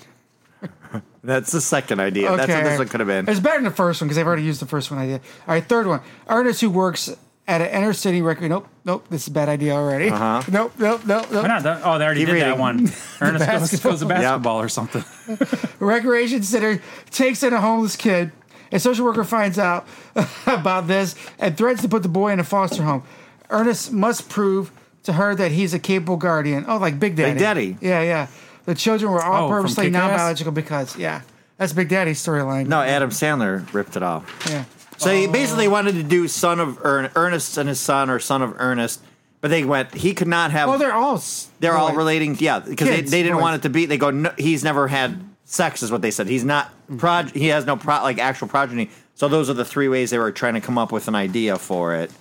Speaker 2: That's the second idea. That's what this one could have been.
Speaker 3: It's better than the first one because I've already used the first one idea. All right, third one. Ernest, who works at an inner city record. Nope, nope. This is a bad idea already.
Speaker 2: Uh-huh.
Speaker 3: Nope, nope, nope,
Speaker 4: Why
Speaker 3: nope.
Speaker 4: not? That- Oh, they already
Speaker 2: Keep
Speaker 4: did
Speaker 2: reading.
Speaker 4: that one. Ernest goes,
Speaker 3: basketball.
Speaker 4: goes to basketball or something.
Speaker 3: Recreation center takes in a homeless kid. A social worker finds out about this and threatens to put the boy in a foster home. Ernest must prove to her that he's a capable guardian. Oh, like Big Daddy.
Speaker 2: Daddy.
Speaker 3: Yeah, yeah. The children were all
Speaker 4: Oh, from
Speaker 3: purposely
Speaker 4: Kick-Ass?
Speaker 3: non-biological because yeah, that's Big Daddy's storyline.
Speaker 2: No, Adam Sandler ripped it off.
Speaker 3: Yeah.
Speaker 2: So he
Speaker 3: Oh.
Speaker 2: basically wanted to do son of Ern- Ernest and his son, or son of Ernest, but they went. He could not have.
Speaker 3: Well, they're all s-
Speaker 2: they're all
Speaker 3: boys.
Speaker 2: relating. Yeah, because they,
Speaker 3: Kids,
Speaker 2: they didn't
Speaker 3: boys.
Speaker 2: want it to be. They go. No, he's never had sex, is what they said. He's not prog. He has no pro- like actual progeny. So those are the three ways they were trying to come up with an idea for it.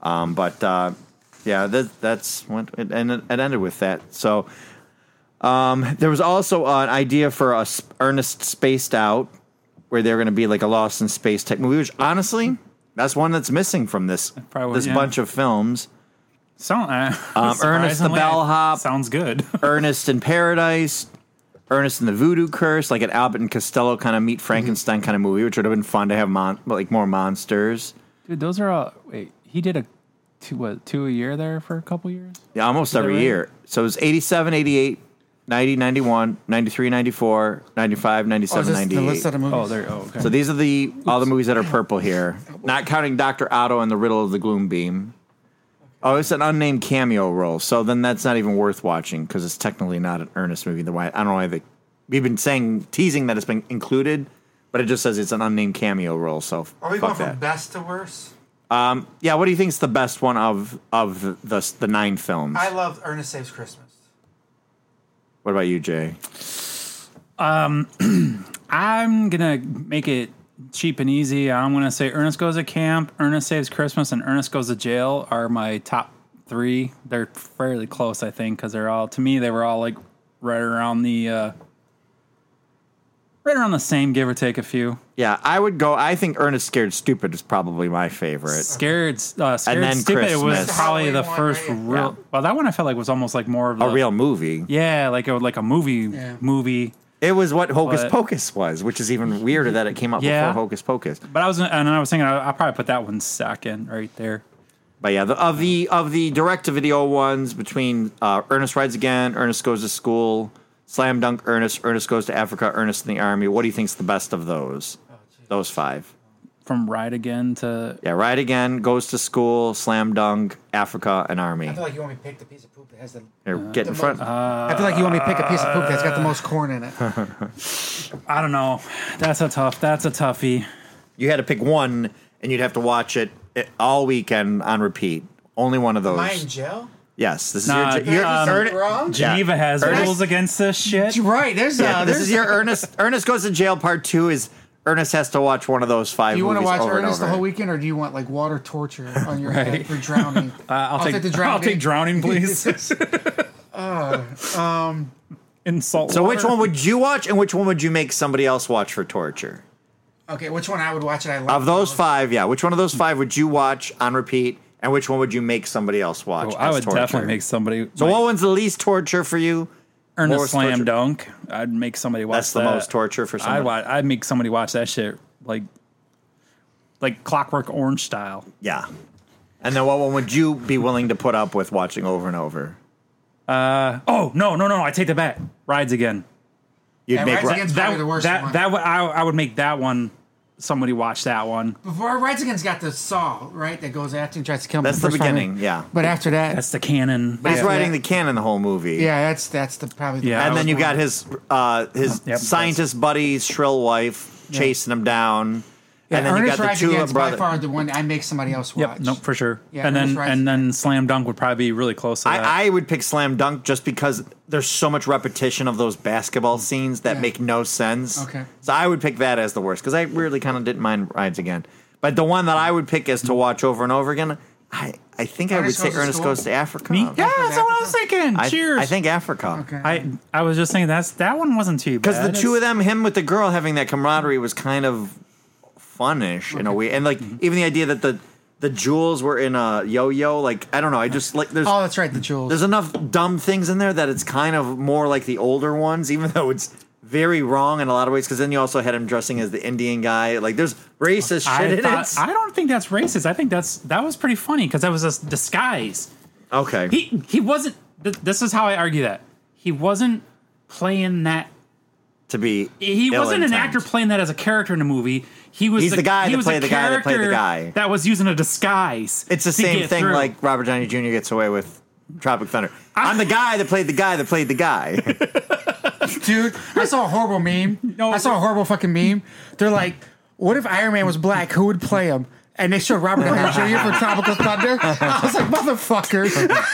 Speaker 2: Um, but uh, yeah, that, that's what it, and it ended with that. So um, there was also an idea for a sp- Ernest Spaced Out, where they're going to be like a Lost in Space type movie. Which honestly, that's one that's missing from this
Speaker 4: Probably,
Speaker 2: this
Speaker 4: yeah.
Speaker 2: bunch of films.
Speaker 4: Sound, uh,
Speaker 2: Ernest the
Speaker 4: surprisingly,
Speaker 2: Bellhop.
Speaker 4: Sounds good.
Speaker 2: Ernest in Paradise, Ernest and the Voodoo Curse, like an Abbott and Costello kind of meet Frankenstein kind of movie, which would have been fun to have mon- like more monsters.
Speaker 5: Dude, those are all. Wait, he did a two what two a year there for a couple years.
Speaker 2: Yeah, almost every
Speaker 5: right?
Speaker 2: year. So it was 87, 88, 90, 91, 93, 94, 95,
Speaker 3: Oh, is
Speaker 2: 97,
Speaker 3: this the list
Speaker 2: 98.
Speaker 3: of the movies.
Speaker 5: Oh, there. Oh, okay.
Speaker 2: So these are the all the movies that are purple here, not counting Doctor Otto and the Riddle of the Gloom Beam. Oh, it's an unnamed cameo role, so then that's not even worth watching because it's technically not an Ernest movie. The why I don't know why they we've been saying teasing that it's been included, but it just says it's an unnamed cameo role. So fuck that.
Speaker 3: best to worst?
Speaker 2: yeah, what do you think's the best one of of the the, the nine films?
Speaker 3: love Ernest Saves Christmas.
Speaker 2: what about you, Jay?
Speaker 4: I'm gonna make it cheap and easy. I'm gonna say Ernest goes to camp, Ernest saves Christmas, and Ernest goes to jail are my top three. They're fairly close, I think, because they're all to me they were all like right around the uh, right around the same, give or take a few.
Speaker 2: Yeah, I would go. I think Ernest Scared Stupid is probably my favorite.
Speaker 4: Scared, uh, scared
Speaker 2: then
Speaker 4: stupid was
Speaker 2: Christmas.
Speaker 4: probably the
Speaker 3: Halloween one,
Speaker 4: first
Speaker 3: right?
Speaker 4: real. Well, that one I felt like was almost like more of
Speaker 2: A
Speaker 4: the-
Speaker 2: real movie.
Speaker 4: Yeah, like a like a movie
Speaker 3: Yeah.
Speaker 4: movie.
Speaker 2: It was what Hocus
Speaker 4: But-
Speaker 2: Pocus was, which is even weirder that it came out
Speaker 4: Yeah.
Speaker 2: before Hocus Pocus.
Speaker 4: But I was and I was thinking I will probably put that one second right there.
Speaker 2: But yeah, the, of the of the direct to video ones between uh, Ernest Rides Again, Ernest Goes to School, Slam Dunk, Ernest, Ernest Goes to Africa, Ernest in the Army. What do you think's the best of those?
Speaker 4: Oh,
Speaker 2: those five.
Speaker 4: From Ride Again to
Speaker 2: Yeah, Ride Again, Goes to School, Slam Dunk, Africa, and Army.
Speaker 3: I feel like you want me to pick the piece of poop that has the.
Speaker 2: Here, get in
Speaker 3: the
Speaker 2: front.
Speaker 3: most-
Speaker 4: uh,
Speaker 3: I feel like you want me to pick a piece of poop that's got the most corn in it.
Speaker 4: I don't know. That's a tough. That's a toughie.
Speaker 2: You had to pick one, and you'd have to watch it it- all weekend on repeat. Only one of those.
Speaker 3: Mine gel.
Speaker 2: Yes, this is
Speaker 4: Nah,
Speaker 2: your. your
Speaker 4: um,
Speaker 2: Ern-
Speaker 3: Wrong?
Speaker 2: Yeah.
Speaker 4: Geneva has
Speaker 2: Ernest-
Speaker 4: rules against this shit.
Speaker 3: Right. There's uh,
Speaker 2: Yeah, this
Speaker 3: there's
Speaker 2: is your Ernest. Ernest goes to jail. Part two is Ernest has to watch one of those five.
Speaker 3: Do you want to
Speaker 2: movies
Speaker 3: watch
Speaker 2: over and
Speaker 3: Ernest the
Speaker 2: over.
Speaker 3: whole weekend, or do you want like water torture on your head for drowning?
Speaker 4: Uh, I'll, take,
Speaker 3: the
Speaker 4: I'll take drowning, please. In salt.
Speaker 2: So which
Speaker 4: water.
Speaker 2: one would you watch, and which one would you make somebody else watch for torture?
Speaker 3: okay, which one I would watch? And I love
Speaker 2: Of those five, yeah, which one of those five would you watch on repeat, and which one would you make somebody else watch?
Speaker 4: Oh, I
Speaker 2: as
Speaker 4: would
Speaker 2: torture?
Speaker 4: definitely make somebody.
Speaker 2: So
Speaker 4: like,
Speaker 2: what one's the least torture for you?
Speaker 4: Ernest
Speaker 2: Morris
Speaker 4: slam
Speaker 2: torture-
Speaker 4: dunk. I'd make somebody watch.
Speaker 2: That's the
Speaker 4: that.
Speaker 2: most torture for
Speaker 4: I'd
Speaker 2: someone.
Speaker 4: watch, I'd make somebody watch that shit like like Clockwork Orange style.
Speaker 2: Yeah. And then what one would you be willing to put up with watching over and over?
Speaker 4: Oh no no no! I take that back. Rides again.
Speaker 2: You'd
Speaker 3: And
Speaker 2: make
Speaker 3: Rise
Speaker 2: Ri-
Speaker 3: Again's probably
Speaker 4: That
Speaker 3: the worst
Speaker 4: that
Speaker 3: one.
Speaker 4: that would I, I would make that one. Somebody watch that one.
Speaker 3: Before Rides Again's got the saw right that goes after and tries to kill him.
Speaker 2: That's
Speaker 3: for
Speaker 2: the
Speaker 3: first time.
Speaker 2: beginning, yeah.
Speaker 3: But after that,
Speaker 4: That's the canon.
Speaker 2: He's
Speaker 3: Yeah.
Speaker 2: riding the cannon the whole movie.
Speaker 3: yeah, that's that's the probably. The
Speaker 4: Yeah.
Speaker 2: And then
Speaker 4: was
Speaker 2: you got his uh, his
Speaker 4: Yep,
Speaker 2: scientist buddy's shrill wife chasing him down. and then
Speaker 3: Ernest
Speaker 2: you got
Speaker 3: Rides
Speaker 2: the Tulip
Speaker 3: Again's
Speaker 2: brother.
Speaker 3: by far the one I make somebody else watch.
Speaker 4: Yep. Nope. For sure.
Speaker 3: Yeah,
Speaker 4: and
Speaker 3: Ernest
Speaker 4: then
Speaker 3: Rides
Speaker 4: and then slam dunk would probably be really close. To that.
Speaker 2: I, I would pick Slam Dunk just because there's so much repetition of those basketball scenes that
Speaker 3: Yeah.
Speaker 2: make no sense.
Speaker 3: Okay.
Speaker 2: So I would pick that as the worst because I really kind of didn't mind Rides Again. But the one that I would pick as to watch over and over again, I, I think I would
Speaker 3: Ernest
Speaker 2: say
Speaker 3: Goes to
Speaker 2: Ernest
Speaker 3: School?
Speaker 2: Goes to Africa.
Speaker 3: Oh,
Speaker 4: Me? Yeah, that's what I was
Speaker 3: Africa?
Speaker 4: thinking.
Speaker 2: I,
Speaker 4: Cheers.
Speaker 2: I think Africa.
Speaker 3: Okay.
Speaker 4: I I was just saying that's that one wasn't too bad.
Speaker 2: Because the two of them, him with the girl having that camaraderie was kind of funnish in a way. And like
Speaker 4: Mm-hmm.
Speaker 2: even the idea that the the jewels were in a yo yo, like I don't know. I just like there's
Speaker 3: oh, that's right. The jewels.
Speaker 2: there's enough dumb things in there that it's kind of more like the older ones, even though it's very wrong in a lot of ways. Because then you also had him dressing as the Indian guy. Like there's racist
Speaker 4: I,
Speaker 2: shit
Speaker 4: thought,
Speaker 2: in
Speaker 4: I don't think that's racist. I think that's that was pretty funny because that was a s- disguise.
Speaker 2: it. Okay.
Speaker 4: He he wasn't. Th- this is how I argue that he wasn't playing that.
Speaker 2: to be
Speaker 4: He wasn't
Speaker 2: ill-intent.
Speaker 4: an actor playing that as a character in a movie. He was
Speaker 2: He's the guy
Speaker 4: he
Speaker 2: that
Speaker 4: was the
Speaker 2: played the guy that played the
Speaker 4: character
Speaker 2: guy.
Speaker 4: that was using a disguise.
Speaker 2: It's the
Speaker 4: to
Speaker 2: same
Speaker 4: get
Speaker 2: thing
Speaker 4: through.
Speaker 2: like Robert Downey Jr. gets away with Tropic Thunder. I'm the guy that played the guy that played the guy.
Speaker 3: dude. I saw a horrible meme.
Speaker 4: No,
Speaker 3: I saw a horrible fucking meme. They're like, what if Iron Man was black? Who would play him? And they showed Robert Downey Jr. for Tropical Thunder. I was like, motherfucker.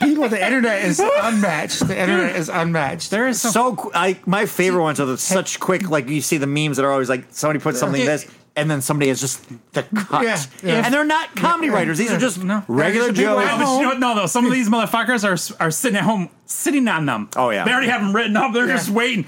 Speaker 3: People, the internet is unmatched. The internet is unmatched.
Speaker 4: there is some.
Speaker 2: so qu- I, my favorite ones are the, such quick like you see the memes that are always like somebody puts something this and then somebody is just the cut
Speaker 3: Yeah, yeah.
Speaker 2: and they're not comedy writers these are just
Speaker 4: No.
Speaker 2: regular
Speaker 3: There's a big
Speaker 2: joes
Speaker 4: Yeah, but you know what? No, no. Some of these motherfuckers are s- are sitting at home, sitting on them.
Speaker 2: Oh, yeah.
Speaker 4: they already have them written up. They're
Speaker 3: Yeah.
Speaker 4: just waiting.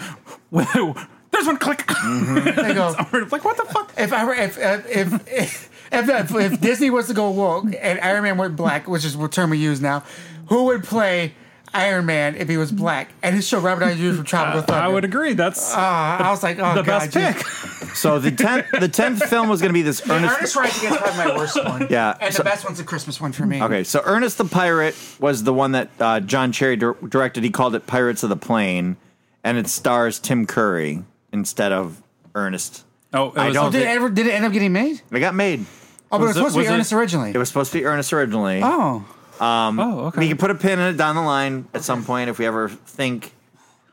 Speaker 4: Whoa, there's one click.
Speaker 2: Mm-hmm.
Speaker 3: They go,
Speaker 4: It's like what the fuck?
Speaker 3: if I were, if if if. if if, if, if Disney was to go woke and Iron Man went black, which is what term we use now, who would play Iron Man if he was black? And it showed Robert Downey Jr. from Tropical Thunder.
Speaker 4: I would agree. That's
Speaker 3: Uh, I was like, oh
Speaker 4: the
Speaker 3: god,
Speaker 4: best
Speaker 3: just-
Speaker 4: pick.
Speaker 2: so the 10th the 10th film was going to be this
Speaker 3: Ernest
Speaker 2: Ernest
Speaker 3: Rides Again is probably my worst one.
Speaker 2: Yeah,
Speaker 3: and
Speaker 2: so-
Speaker 3: the best one's a Christmas one for me.
Speaker 2: okay so Ernest the Pirate was the one that uh, John Cherry dir- directed he called it Pirates of the Plane and it stars Tim Curry instead of Ernest
Speaker 4: Oh, it
Speaker 2: I
Speaker 4: was-
Speaker 2: don't
Speaker 3: Did it
Speaker 2: think
Speaker 3: ever? Did it end up getting made?
Speaker 2: it got made
Speaker 3: Oh, but it was
Speaker 4: Was it-
Speaker 3: supposed to be
Speaker 4: was it-
Speaker 3: Ernest originally.
Speaker 2: it was supposed to be Ernest originally
Speaker 3: oh,
Speaker 4: Oh,
Speaker 2: We
Speaker 4: okay.
Speaker 2: can put a pin in it down the line at some point if we ever think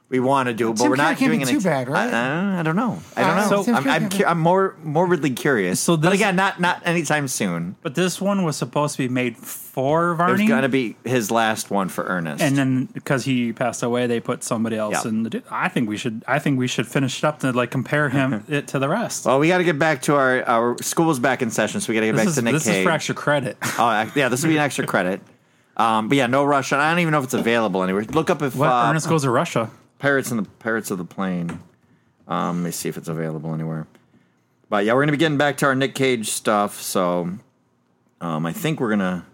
Speaker 2: we want to do it, but
Speaker 3: Tim
Speaker 2: we're
Speaker 3: Curry
Speaker 2: not
Speaker 3: can't
Speaker 2: doing
Speaker 3: be
Speaker 2: an
Speaker 3: too
Speaker 2: ex-
Speaker 3: bad, right?
Speaker 2: I, I don't know. I don't
Speaker 3: Uh,
Speaker 2: know.
Speaker 3: so- Tim
Speaker 2: I'm,
Speaker 3: Curry
Speaker 2: I'm,
Speaker 3: can't be-
Speaker 2: cu- I'm more morbidly curious.
Speaker 4: So
Speaker 2: but
Speaker 4: this-
Speaker 2: again, not not anytime soon.
Speaker 4: But this one was supposed to be made
Speaker 2: It
Speaker 4: for
Speaker 2: was
Speaker 4: Varney,
Speaker 2: gonna be his last one for Ernest.
Speaker 4: and then because he passed away, they put somebody else
Speaker 2: Yeah.
Speaker 4: in the. I think we should. I think we should finish it up to like compare him it to the rest.
Speaker 2: well, we got to get back to our our school's back in session, so we got to get back
Speaker 4: this is,
Speaker 2: to Nick
Speaker 4: this
Speaker 2: Cage.
Speaker 4: is for extra credit.
Speaker 2: Oh, ac- yeah, this would be an extra credit. Um, but yeah, no rush. I don't even know if it's available anywhere. Look up if
Speaker 4: What
Speaker 2: uh,
Speaker 4: Ernest goes to Russia?
Speaker 2: Pirates and the Pirates of the Plane. Um, let me see if it's available anywhere. But yeah, we're gonna be getting back to our Nick Cage stuff. So um, I think we're gonna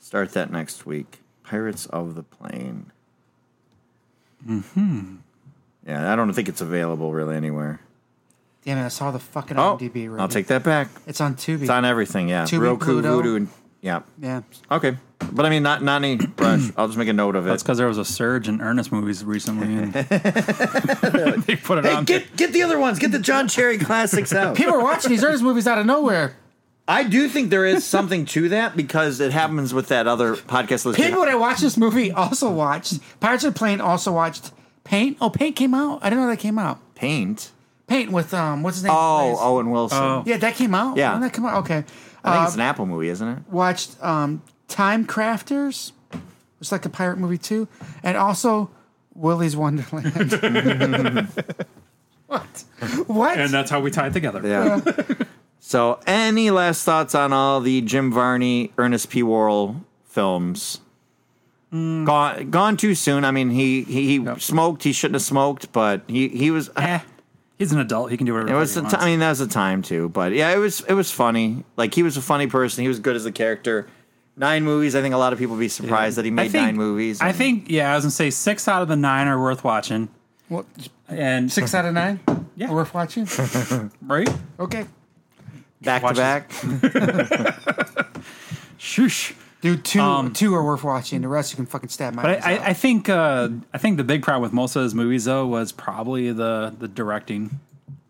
Speaker 2: start that next week. Pirates of the Plane.
Speaker 3: Mm-hmm.
Speaker 2: Hmm. Yeah, I don't think it's available really anywhere.
Speaker 3: Damn it! I saw the fucking
Speaker 2: Oh,
Speaker 3: IMDb. rating.
Speaker 2: I'll take that back.
Speaker 3: It's on Tubi.
Speaker 2: It's on everything. Yeah,
Speaker 3: Tubi,
Speaker 2: Roku,
Speaker 3: Pluto.
Speaker 2: Voodoo, and yeah.
Speaker 3: yeah.
Speaker 2: Okay, but I mean, not not any rush. I'll just make a note of it.
Speaker 4: That's because there was a surge in Ernest movies recently, and they put it
Speaker 2: Hey,
Speaker 4: on.
Speaker 2: get get the other ones. Get the John Cherry classics out.
Speaker 3: People are watching these Ernest movies out of nowhere.
Speaker 2: I do think there is something to that because it happens with that other podcast list.
Speaker 3: People that watched this movie also watched Pirates of the Plane. Also watched Paint. Oh, Paint came out. I didn't know that came out.
Speaker 2: Paint.
Speaker 3: Paint with um, what's his name?
Speaker 2: Oh,
Speaker 3: Plays-
Speaker 2: Owen Wilson.
Speaker 4: Oh.
Speaker 3: yeah, that came out.
Speaker 2: Yeah.
Speaker 3: when did that come out. Okay,
Speaker 2: I think
Speaker 3: Uh,
Speaker 2: it's an Apple movie, isn't it?
Speaker 3: watched um, Time Crafters. It's like a pirate movie too, and also Willy's Wonderland. what? What?
Speaker 4: And uh, that's how we tie it together.
Speaker 2: Yeah. so, any last thoughts on all the Jim Varney, Ernest P. Worrell films?
Speaker 4: Hmm.
Speaker 2: Gone, gone too soon. I mean, he he, he smoked. He shouldn't have smoked, but he he was.
Speaker 4: Eh, he's an adult. He can do whatever.
Speaker 2: It
Speaker 4: the
Speaker 2: was.
Speaker 4: fuck
Speaker 2: The
Speaker 4: he
Speaker 2: t- I
Speaker 4: wants.
Speaker 2: mean, that was the time too. But yeah, it was. It was funny. Like he was a funny person. He was good as the character. Nine movies. I think a lot of people would be surprised that he made
Speaker 4: I think-
Speaker 2: nine movies.
Speaker 4: I
Speaker 2: and-
Speaker 4: think. Yeah, I was gonna say six out of the nine are worth watching.
Speaker 3: What?
Speaker 4: And
Speaker 3: Six out of nine.
Speaker 4: Yeah.
Speaker 3: worth watching.
Speaker 4: right?
Speaker 3: Okay,
Speaker 2: back to
Speaker 4: watch this.
Speaker 2: back.
Speaker 4: Shoosh.
Speaker 3: dude, two two are worth watching. The rest you can fucking stab my.
Speaker 4: Um, But
Speaker 3: eyes
Speaker 4: I,
Speaker 3: out.
Speaker 4: I, I think uh, I think the big problem with most of his movies though was probably the the directing.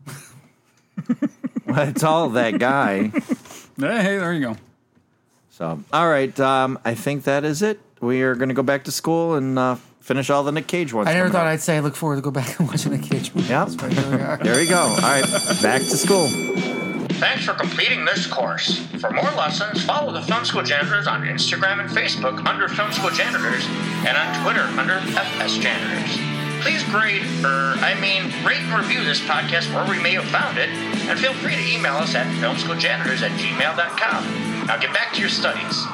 Speaker 2: Well, it's all that guy.
Speaker 4: Hey, hey, there you go.
Speaker 2: So all right. Um, I think that is it. We are going to go back to school and uh, finish all the Nick Cage ones.
Speaker 3: I never
Speaker 2: coming
Speaker 3: thought
Speaker 2: up.
Speaker 3: I'd say I look forward to go back and watching the cage.
Speaker 2: Yep.
Speaker 3: That's where we are.
Speaker 2: There we go. All right, back to school.
Speaker 6: Thanks for completing this course. For more lessons, follow the Film School Janitors on Instagram and Facebook under Film School Janitors and on Twitter under FS Janitors. Please grade, er, I mean, rate and review this podcast where we may have found it, and feel free to email us at filmschooljanitors at gmail.com. Now get back to your studies.